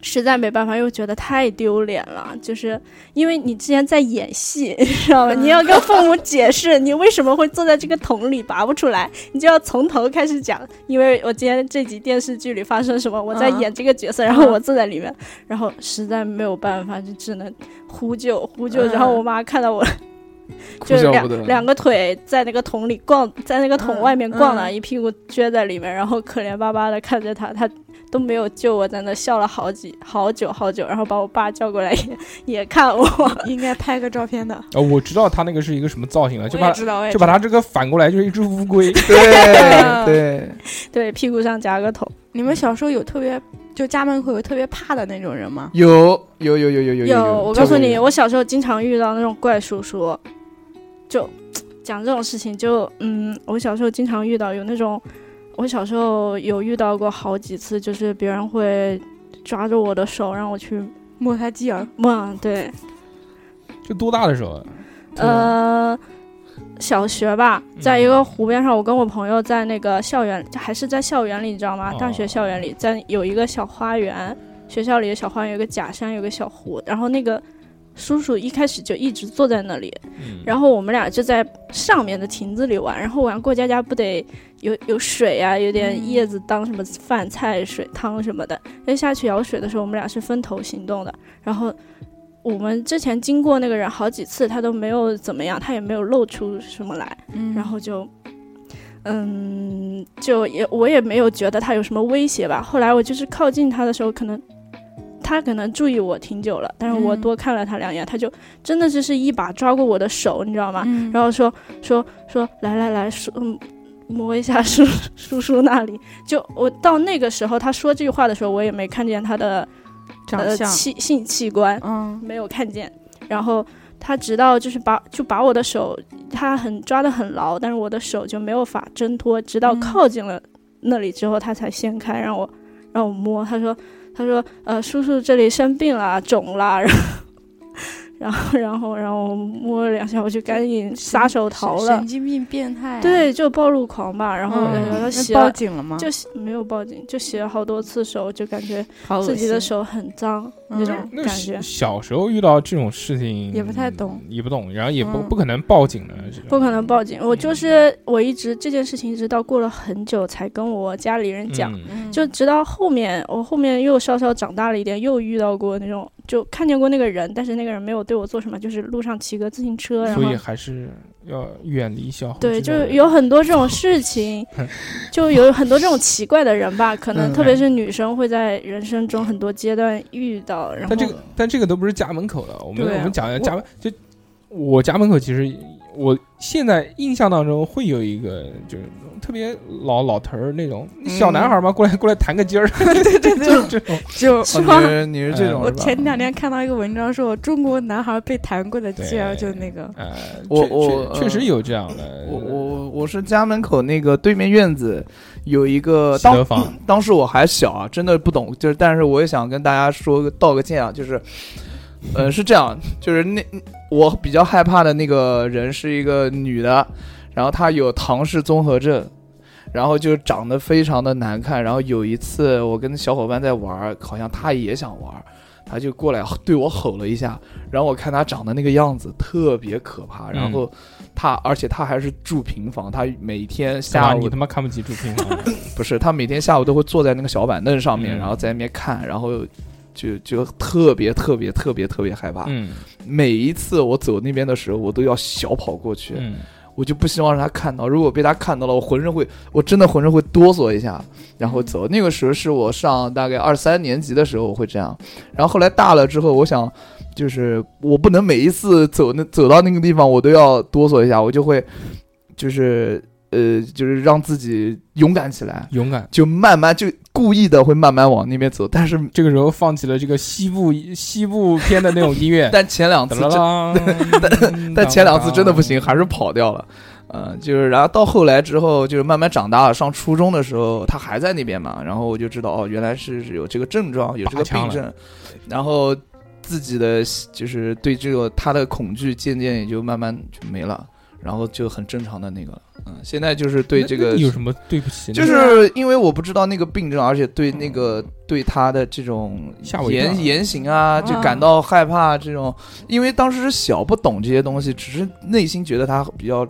实在没办法，又觉得太丢脸了，就是因为你之前在演戏，你知道吗？嗯你要跟父母解释你为什么会坐在这个桶里拔不出来，你就要从头开始讲。因为我今天这集电视剧里发生什么，我在嗯演这个角色，然后我坐在里面，然后实在没有办法，就只能呼救呼救。嗯然后我妈看到我哭 [LAUGHS] 就是笑不得两两个腿在那个桶里逛，在那个桶嗯外面逛了，嗯一屁股撅在里面，然后可怜巴巴的看着他，他都没有救我，在那笑了好几好久好久，然后把我爸叫过来也也看我， [LAUGHS] 应该拍个照片的，哦，我知道他那个是一个什么造型了，就我把也知道，我也就把他这个反过来就是一只乌龟。对对，对，屁股上夹个桶，你嗯们小时候有特别就家门口有特别怕的那种人吗？有有有有有有有，我告诉你，有哦我小时候经常遇到那种怪叔叔，就讲这种事情就，嗯，我小时候经常遇到有那种，我小时候有遇到过好几次，就是别人会抓着我的手让我去摸他鸡儿，摸，啊对。这多大的时候 [LAUGHS] 啊？呃，小学吧，嗯在一个湖边上，我跟我朋友在那个校园，还是在校园里，你知道吗？哦大学校园里，在有一个小花园，学校里的小花园有个假山，有个小湖，然后那个。叔叔一开始就一直坐在那里，嗯然后我们俩就在上面的亭子里玩。然后玩过家家不得有有水啊，有点嗯叶子当什么饭菜、水汤什么的。那下去舀水的时候，我们俩是分头行动的。然后我们之前经过那个人好几次，他都没有怎么样，他也没有露出什么来，嗯然后就，嗯，就也我也没有觉得他有什么威胁吧。后来我就是靠近他的时候，可能他可能注意我挺久了，但是我嗯多看了他两眼，他就真的就是一把抓过我的手，你知道吗？嗯然后说说说来来来，叔嗯摸一下 [LAUGHS] 叔叔叔那里。就我到那个时候，他说这句话的时候，我也没看见他的长呃相，器性器官，嗯没有看见。然后他直到就是把就把我的手，他很抓得很牢，但是我的手就没有法挣脱，直到嗯靠近了那里之后，他才掀开，让我让我摸。他说他说呃，叔叔这里生病了，肿了， [LAUGHS] 然后。然后，然后，然后我摸了两下，我就赶紧撒手逃神了神。经病变态啊、对，就暴露狂吧。然后，嗯然后那洗报了，警了吗？就洗没有报警，就洗了好多次手，就感觉好恶自己的心，手很脏嗯那种那那感觉小。小时候遇到这种事情也不太懂，也不懂，然后也不嗯不可能报警啊的，是吧不可能报警。嗯我就是我一直这件事情，直到过了很久才跟我家里人讲。嗯嗯就直到后面，我后面又稍稍长大了一点，又遇到过那种，就看见过那个人，但是那个人没有对我做什么，就是路上骑个自行车，然后所以还是要远离小猴对，这就种是人有很多这种事情，就有很多这种奇怪的人吧，可嗯能特别是女生会在人生中很多阶段遇到，然后但这个但这个都不是家门口的，我们对啊我们讲的我家门就我家门口其实我现在印象当中会有一个就是特别老老头儿那种小男孩嘛，过来过来弹个筋儿，嗯 [LAUGHS] 对对 [LAUGHS] 就是对，这种就就哦你是你是这种我是吧？前两天看到一个文章，说中国男孩被弹过的劲儿，对就那个，呃，我确我确确实呃有这样的，我我我我是家门口那个对面院子有一个洗当头房，当时我还小啊，真的不懂，就是但是我也想跟大家说个道个歉啊，就是，呃， [LAUGHS] 是这样，就是那我比较害怕的那个人是一个女的，然后她有唐氏综合症，然后就长得非常的难看，然后有一次我跟小伙伴在玩儿，好像她也想玩儿。她就过来对我吼了一下，然后我看她长得那个样子特别可怕，然后她而且她还是住平房，她每天干下嘛午你他妈看不起朱平 [LAUGHS] 吗？不是，他每天下午都会坐在那个小板凳上面，嗯然后在那边看，然后就就特别特别特别特别害怕。嗯每一次我走那边的时候，我都要小跑过去，嗯，我就不希望让他看到。如果被他看到了，我浑身会，我真的浑身会哆嗦一下，然后走。那个时候是我上大概二三年级的时候，我会这样。然后后来大了之后，我想，就是我不能每一次走那走到那个地方，我都要哆嗦一下，我就会，就是呃，就是让自己勇敢起来。勇敢。就慢慢就故意的会慢慢往那边走，但是，这个时候放起了这个西部西部片的那种音乐 [LAUGHS] 但前两次真，但但前两次真的不嗯行，还是跑掉了。呃，就是然后到后来之后，就是慢慢长大了，上初中的时候，他还在那边嘛，然后我就知道哦，原来是有这个症状，有这拔个枪病了症，然后自己的就是对这个他的恐惧渐渐也就慢慢就没了，然后就很正常的那个了。嗯，现在就是对这个有什么对不起呢？就是因为我不知道那个病症，而且对那个嗯对他的这种吓我一跳言言行啊，就啊感到害怕。这种，因为当时是小，不懂这些东西，只是内心觉得他比较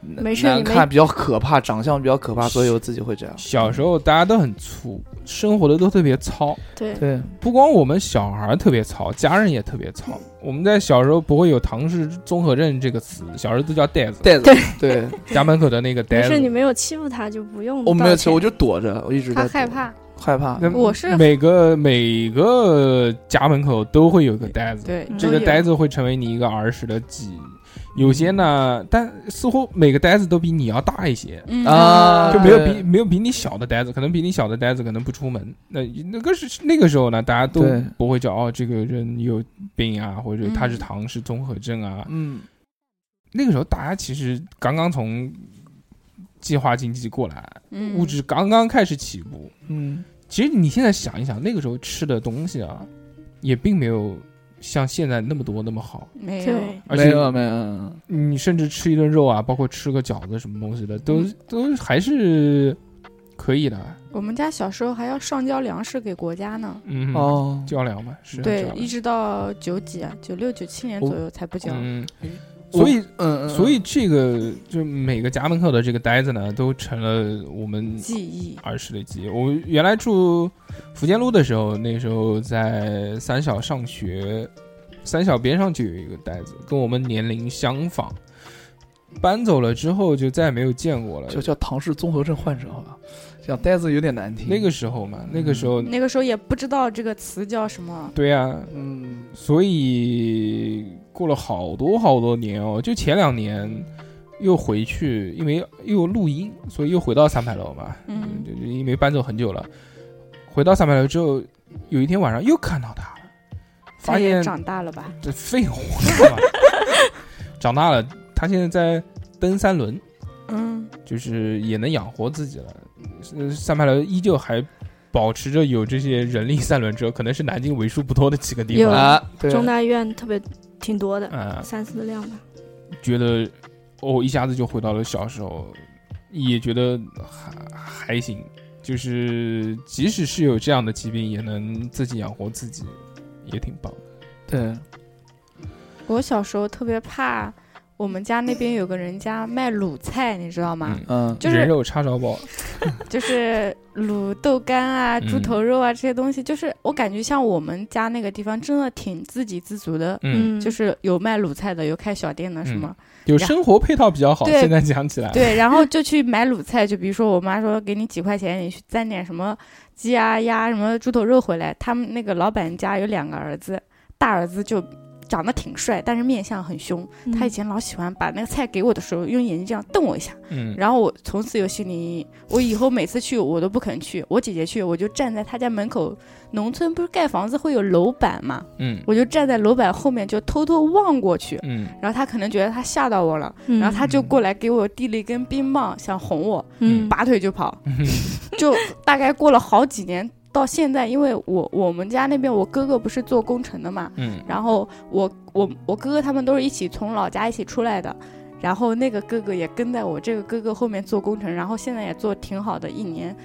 难没事难你没看，比较可怕，长相比较可怕，所以我自己会这样。小时候大家都很粗，生活的都特别糙。对对，不光我们小孩儿特别糙，家人也特别糙。我们在小时候不会有唐氏综合症这个词，小时候都叫呆子，袋子，对， [LAUGHS] 家门口的那个没呆事，你子。没有欺负他就不用我没有道吃，歉我就躲着，我一直在他躲害怕，害怕。那我是每个每个家门口都会有个呆子，对这个嗯呆子会成为你一个儿时的记忆。有些嗯呢，但似乎每个呆子都比你要大一些，嗯啊就没有对比没有比你小的呆子，可能比你小的呆子可能不出门。那那个是那个时候呢，大家都对不会叫哦，这个人有病啊，或者他是嗯唐氏综合症啊。嗯，那个时候大家其实刚刚从计划经济过来，嗯物质刚刚开始起步。嗯，其实你现在想一想，那个时候吃的东西啊，也并没有像现在那么多那么好，没有对，而没且有没有嗯你甚至吃一顿肉啊，包括吃个饺子什么东西的，嗯都都还是可以的。我们家小时候还要上交粮食给国家呢，嗯，哦，较量嘛，是对较，量一直到九几啊，九六九七年左右才不交。嗯，我所以嗯嗯，所以这个就每个家门口的这个呆子呢，都成了我们记忆，儿时的记忆。我原来住福建路的时候，那时候在三小上学，三小边上就有一个呆子，跟我们年龄相仿。搬走了之后就再也没有见过了。就叫唐氏综合症患者好吧，讲呆子有点难听。那个时候嘛，那个时候，那个时候也不知道这个词叫什么。对啊，嗯，所以过了好多好多年哦，就前两年又回去，因为又录音，所以又回到三牌楼嘛。嗯就就因为搬走很久了，回到三牌楼之后，有一天晚上又看到他了，发他也现长大了吧？这废话嘛， [LAUGHS] 长大了，他现在在蹬三轮，嗯，就是也能养活自己了。呃三牌楼依旧还保持着有这些人力三轮车，可能是南京为数不多的几个地有方。啊，对，中大医院特别挺多的，啊、三四辆吧。觉得哦，一下子就回到了小时候，也觉得还还行，就是即使是有这样的疾病，也能自己养活自己，也挺棒的。对，我小时候特别怕，我们家那边有个人家卖卤菜，你知道吗？嗯嗯，就是人肉叉烧包，就是卤豆干啊、嗯猪头肉啊这些东西，就是我感觉像我们家那个地方真的挺自给自足的，嗯，就是有卖卤菜的，有开小店的什么，有生活配套比较好。对现在讲起来，对，然后就去买卤菜，就比如说我妈说给你几块钱，你去攒点什么鸡啊、鸭什么猪头肉回来。他们那个老板家有两个儿子，大儿子就长得挺帅，但是面相很凶。嗯他以前老喜欢把那个菜给我的时候，用眼睛这样瞪我一下，嗯，然后我从此有心理阴影，我以后每次去我都不肯去。我姐姐去，我就站在她家门口。农村不是盖房子会有楼板嘛，嗯我就站在楼板后面就偷偷望过去。嗯然后她可能觉得她吓到我了，嗯然后她就过来给我递了一根冰棒，想哄我，嗯拔腿就跑。 [LAUGHS] 就大概过了好几年，到现在，因为我我们家那边我哥哥不是做工程的嘛，嗯然后我我我哥哥他们都是一起从老家一起出来的，然后那个哥哥也跟在我这个哥哥后面做工程，然后现在也做挺好的，一年，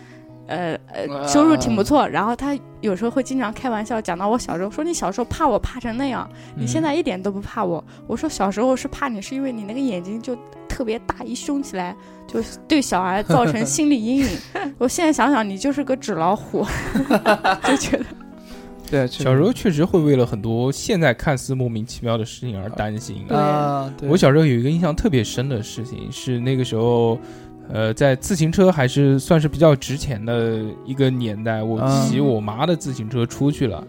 呃啊呃，收入挺不错。然后他有时候会经常开玩笑讲到我小时候，说你小时候怕我怕成那样，你嗯现在一点都不怕我。我说小时候是怕你是因为你那个眼睛就特别大，一凶起来就对小孩造成心理阴影。 [LAUGHS] 我现在想想，你就是个纸老虎， [LAUGHS] 就 [LAUGHS] 觉得对，小时候确实会为了很多现在看似莫名其妙的事情而担心。对啊，对我小时候有一个印象特别深的事情，是那个时候，呃，在自行车还是算是比较值钱的一个年代，我嗯骑我妈的自行车出去了，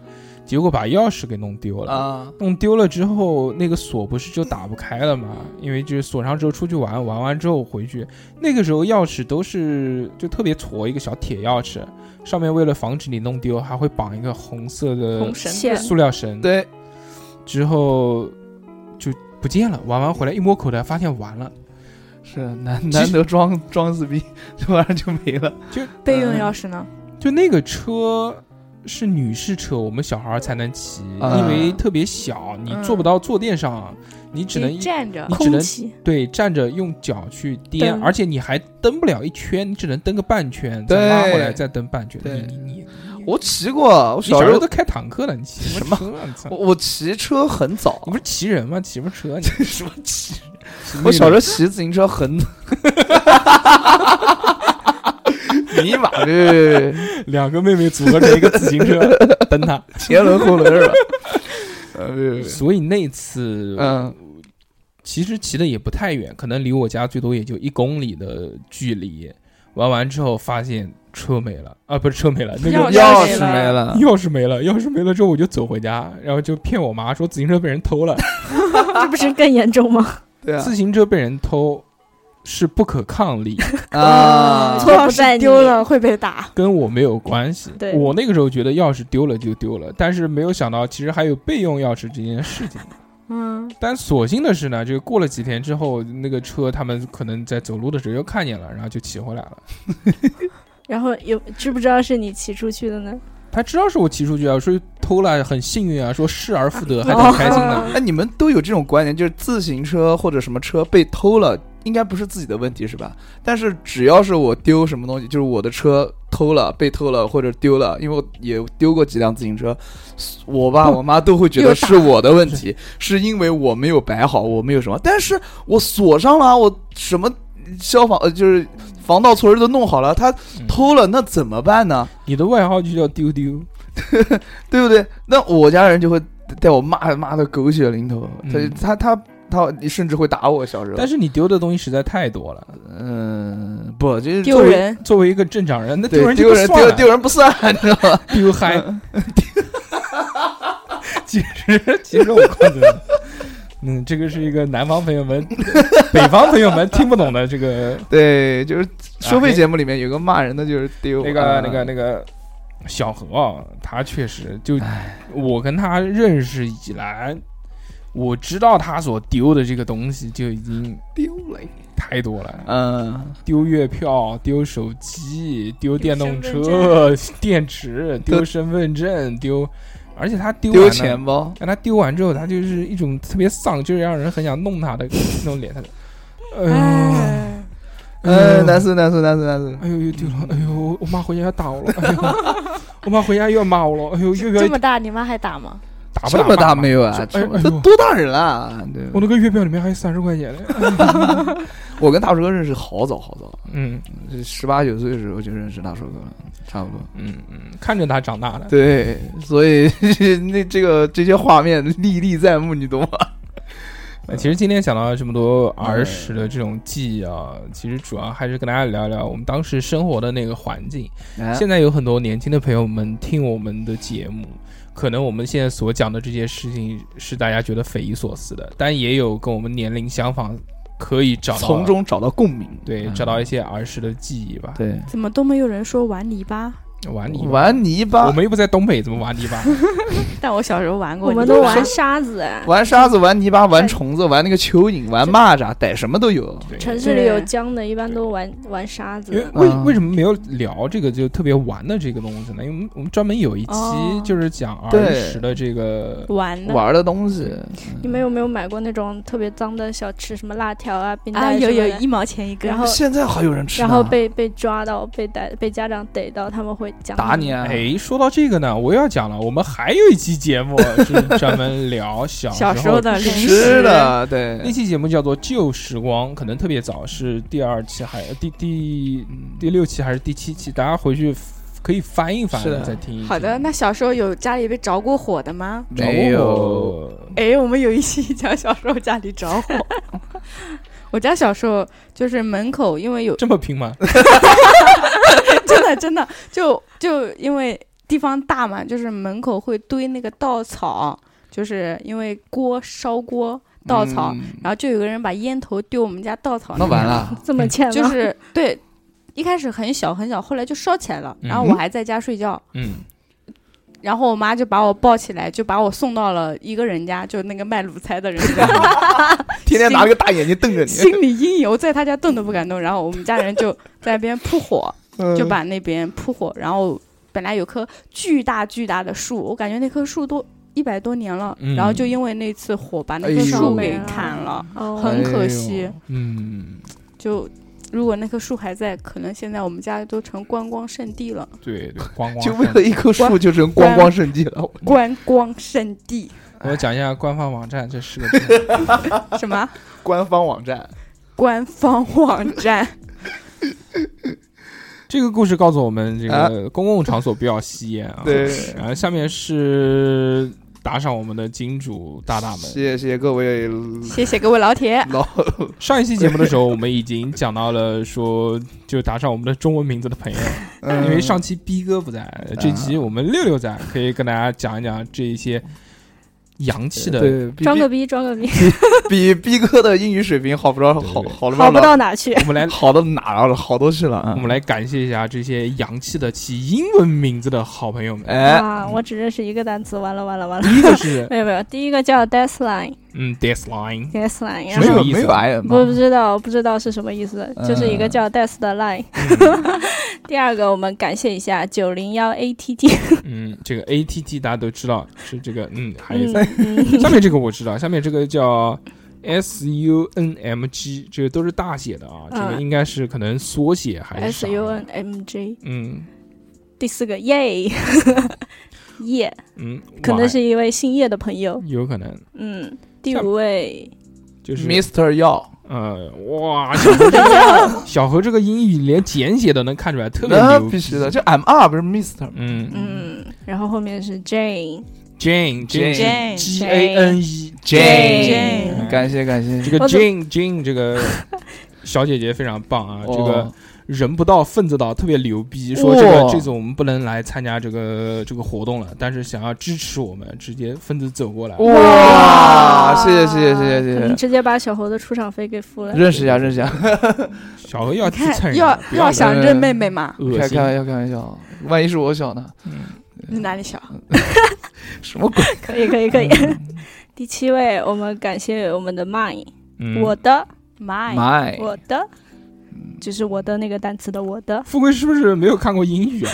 结果把钥匙给弄丢了。啊，弄丢了之后，那个锁不是就打不开了吗？因为就是锁上之后出去玩，玩完之后回去，那个时候钥匙都是就特别矬一个小铁钥匙，上面为了防止你弄丢，还会绑一个红色的红绳线子塑料绳。，对，之后就不见了。玩完回来一摸口袋，发现完了，是难难得装装死逼，这玩意儿就没了。备用钥匙呢。就那个车。是女士车，我们小孩儿才能骑，啊因为特别小，你坐不到坐垫上，你只能你站着你只空能气，对，站着用脚去颠，蹬而且你还蹬不了一圈，你只能蹬个半圈，对再拉回来再蹬半圈。对你你你，我骑过，我你小小时时候候都开坦克了，你 [LAUGHS] 骑什么车啊？你操我我骑车很早，你不是骑人吗？骑什么车？啊你 [LAUGHS] 什么骑？我小时候骑自行车很。 [LAUGHS] 尼玛，别别别别别，两个妹妹组合成一个自行 [LAUGHS] 车蹬他，前轮后轮是吧？ [LAUGHS] 呃，别别别，所以那次嗯其实骑的也不太远，可能离我家最多也就一公里的距离。玩完之后发现车没了啊，不是车没了，那个钥钥匙匙没没了，钥匙没了，钥匙没了之后我就走回家，然后就骗我妈说自行车被人偷了。这不是更严 [LAUGHS] 重吗？ [LAUGHS] 对啊自行车被人偷是不可抗 [LAUGHS] 力，啊，错不在你丢了会 [LAUGHS] 被打。跟我没有关系。对我那个时候觉得钥匙丢了就丢了，但是没有想到其实还有备用钥匙这件事 [LAUGHS] 情。嗯，但所幸的是呢，就过了几天之后，那个车他们可能在走路的时候又看见了，然后就骑回来了。然后有知不知道是你骑出去的呢？他知道是我骑出去啊，说偷了很幸运啊，说失而复得还挺开心的。哎，你们都有这种观念，就是自行车或者什么车被偷了，应该不是自己的问题是吧？但是只要是我丢什么东西，就是我的车偷了、被偷了或者丢了，因为我也丢过几辆自行车，我爸不我妈都会觉得又打是我的问题，是因为我没有摆好，我没有什么，但是我锁上了啊，我什么消防呃就是防盗措施都弄好了，他嗯偷了那怎么办呢？你的外号就叫丢丢，对不对？那我家人就会带我骂骂的狗血淋头，嗯他他他他甚至会打我小时候。但是你丢的东西实在太多了。嗯，不，就是丢人，作为一个正常人，那对人丢就人算了丢丢人嗯不算， [LAUGHS] 你知道吗？丢嗨。 [LAUGHS] 其实其实我告诉你，嗯，这个是一个南方朋友 [LAUGHS] 们、北方朋友们听不懂的这个对，就是收啊费节目里面有个骂人的，就是丢啊那个那个个那个小何啊，他确实就我跟他认识以来，我知道他所丢的这个东西就已经丢了。太多了，嗯，丢月票、丢手机、丢电动丢身车、 [LAUGHS] 电池、丢丢身份证、丢，而且他丢完丢了钱包，但他丢完之后，他就是一种特别丧，就是让人很想弄他的那种脸。他就，哎哎，呦，嗯，难死难死难死难死。哎呦又丢了，哎呦，我我妈回家要打我了，哎呦，我妈回家又要骂我了，哎呦，又要这么大，你妈还打吗？打不这打么大骂没有啊？哎呦哎这呦多大人了？啊对，我那个月票里面还有三十块钱呢。我跟大叔哥认识好早好早， [LAUGHS] 嗯十八九岁的时候就认识大叔哥了，差不多。嗯嗯，看着他长大 [LAUGHS] 的，对，所以那这个这些画面历历在目，你懂吗？呃其实今天想到这么多哎儿时的这种记忆啊，其实主要还是跟大家聊聊我们当时生活的那个环境。哎现在有很多年轻的朋友们听我们的节目，可能我们现在所讲的这些事情是大家觉得匪夷所思的，但也有跟我们年龄相仿，可以找到从中找到共鸣，对嗯找到一些儿时的记忆吧。对怎么都没有人说玩泥巴？玩泥巴，玩泥我巴、们又不在东北，怎么玩泥 [LAUGHS] 巴？但我小时候玩过我泥巴，们都玩沙子哎，玩沙子、玩泥巴、玩虫子、玩那个蚯蚓、玩蚂蚱，逮什么都有。对城市里有对江的，一般都玩玩沙因为子。为嗯为什么没有聊这个就特别玩的这个东西呢？因为我们我们专门有一期哦就是讲儿对时的这个， [LAUGHS] 玩的。玩的东西，你们有没有买过那种特别脏的小吃，什么辣条啊、冰啊，袋有什么有的一毛钱一个，然后现在还有人吃啊呢，然后被被抓到、被逮、被家长逮到，他们会讲打你啊！哎，说到这个呢，我又要讲了，我们还有一期节目是专门聊小小时时候候的零吃的，食，那对，期节目叫做《旧时光》，可能特别早，是第二期还第第嗯第六期还是第七期？大家回去 f- 可以翻一翻是的再听一听。好的，那小时候有家里被着过火的吗？找没有，我，哎，我们有一期讲小时候家里着火。 [LAUGHS] 我家小时候就是门口，[LAUGHS] 因为有这么拼吗？真的真的就就因为地方大嘛，就是门口会堆那个稻草，就是因为锅烧锅稻草，嗯，然后就有个人把烟头丢我们家稻草那边完， [LAUGHS] 了，这嗯么欠吗？就是对，一开始很小很小，后来就烧起来了，然后我嗯还在家睡觉。嗯，然后我妈就把我抱起来，就把我送到了一个人家，就那个卖卤菜的人家，天天拿个大眼睛瞪着你，心理阴影，我在他家动都不敢动。然后我们家人就在那边扑火， [LAUGHS] 嗯嗯就把那边扑火，然后本来有棵巨大巨大的树，我感觉那棵树都一百多年了，嗯然后就因为那次火把那哎棵呦树给砍了，哦很可哎惜呦。嗯，就如果那棵树还在，可能现在我们家都成观光圣地了，对对，光光 [LAUGHS] 就为了一棵树光就成观光圣地了。嗯观光圣地我讲一下官方网站这四 [LAUGHS] 个字，什么官方网站，官 [LAUGHS] 方网站，这个故事告诉我们，这啊个公共场所不要吸烟啊。对然后下面是打赏我们的金主大大们。谢谢各位谢谢各位老铁。老上一期节目的时候，我们已经讲到了说，就打赏我们的中文名字的朋友，嗯因为上期逼哥不在，这期我们六六在，可以跟大家讲一讲这一些洋气的。对逼装个逼，装个逼，比逼哥的英语水平好不着好对对好了好不了，到哪去。我们来，好到哪儿了？好多去了啊！我们来感谢一下这些洋气的起英文名字的好朋友们。哎，啊，我只认识一个单词，完了完了完了。第一个是 [LAUGHS] 没有没有，第一个叫 deadline，deadline，嗯，Deathline，然没后有有意思没有 I M，不不知道不知道是什么意思，就是一个叫 death 的 line。第 [LAUGHS] 二个，我们感谢一下九零幺 ATT，嗯，这个 ATT 大家都知道是这个，嗯，还有嗯嗯， [LAUGHS] 下面这个我知道，下面这个叫 S U N M G，这个都是大写的啊，这个嗯应该是可能缩写还是 S 啥 U N M J。嗯第四个，耶 [LAUGHS] 耶，嗯，可能 Y，是一位姓叶的朋友。有可能嗯，第五位，就是 Mr. 药，呃，哇，小何这个小何这个英语连简写都能看出来，特别那牛逼，必须的，就 M R 不是 Mr，嗯嗯，然后后面是 Jane。 ，Jane Jane Jane G A N E Jane 感谢感谢这，个我怎 Jane Jane 这个小姐姐非常棒啊，这个哦人不到分子到，特别牛逼，说这个哇这次我们不能来参加这个这个活动了，但是想要支持我们，直接分子走过来。哦哇，谢谢谢谢谢谢可谢能谢，直接把小猴的出场费给付了。认识一下认识一下，小何要你去蹭看，人，要不要想人认妹妹嘛，恶开心开。玩笑开玩笑，万一是我小呢？嗯你哪里小？什么鬼？可以可以可以。 [LAUGHS] 第七位，我们感谢我们的 mine，、嗯我的妈呀！妈呀！我的，就是我的那个单词的我的。富贵是不是没有看过英语啊？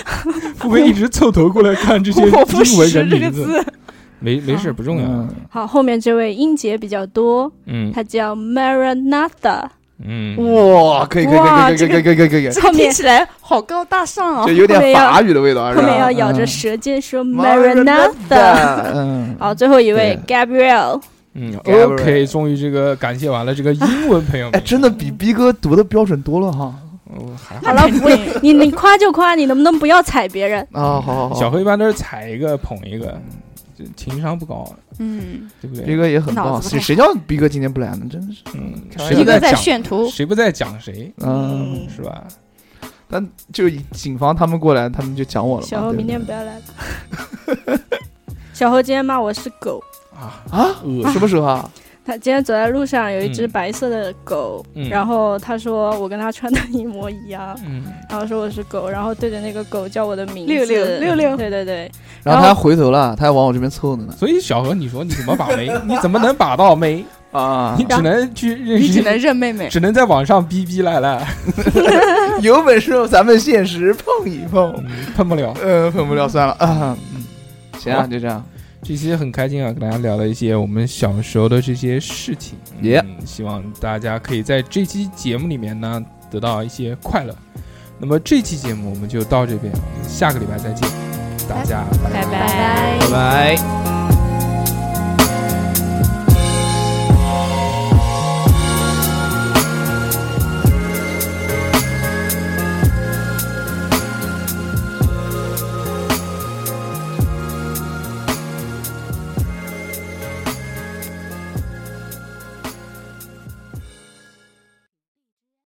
富贵一直凑头过来看这些我不英文识人这个名字，字，没没事，不重要。啊嗯好，后面这位音节比较多，嗯他叫 Maranatha，嗯，哇，可以可以可以可以可以可以可以可以可以，这个听 [LAUGHS] 起来好高大上哦就。有点后面要法语的味道啊，后面是吧要咬着舌尖说嗯 Maranatha。嗯，好，最后一位 Gabriel，嗯，OK， Gabriel 终于这个感谢完了这个英文朋友哎，们，真的比逼哥读的标准多了哈。哦还好好了，不你你夸就夸，你能不能不要踩别人？啊，好好好，小黑一般都是踩一个捧一个，这情商不高，嗯，对不逼对？哥也很脑棒，子不谁太谁叫逼哥今天不来呢？真是，嗯，开玩谁笑不一个在在讲，炫图，谁不在讲谁，嗯，是吧？但就以警方他们过来，他们就讲我了嘛。小猴对不明对天不要来了。小猴今天骂我是狗，啊，啊，恶什么时候啊？他今天走在路上有一只嗯白色的狗，嗯然后他说我跟他穿的一模一样，嗯，然后说我是狗，然后对着那个狗叫我的名字，六六六六对对对，然后他还回头了，他还往我这边凑呢呢。所以小何，你说你怎么把妹？你怎么能把到妹？啊你只能去认你只能识，认妹妹。只能在网上逼逼赖赖， [LAUGHS] 有本事咱们现实碰一 [LAUGHS] 碰。嗯碰不了。呃，碰不了算了啊。行啊，就这样。这期很开心啊，跟大家聊了一些我们小时候的这些事情， Yeah 嗯，希望大家可以在这期节目里面呢得到一些快乐。那么这期节目我们就到这边，下个礼拜再见，大家拜拜拜拜拜拜。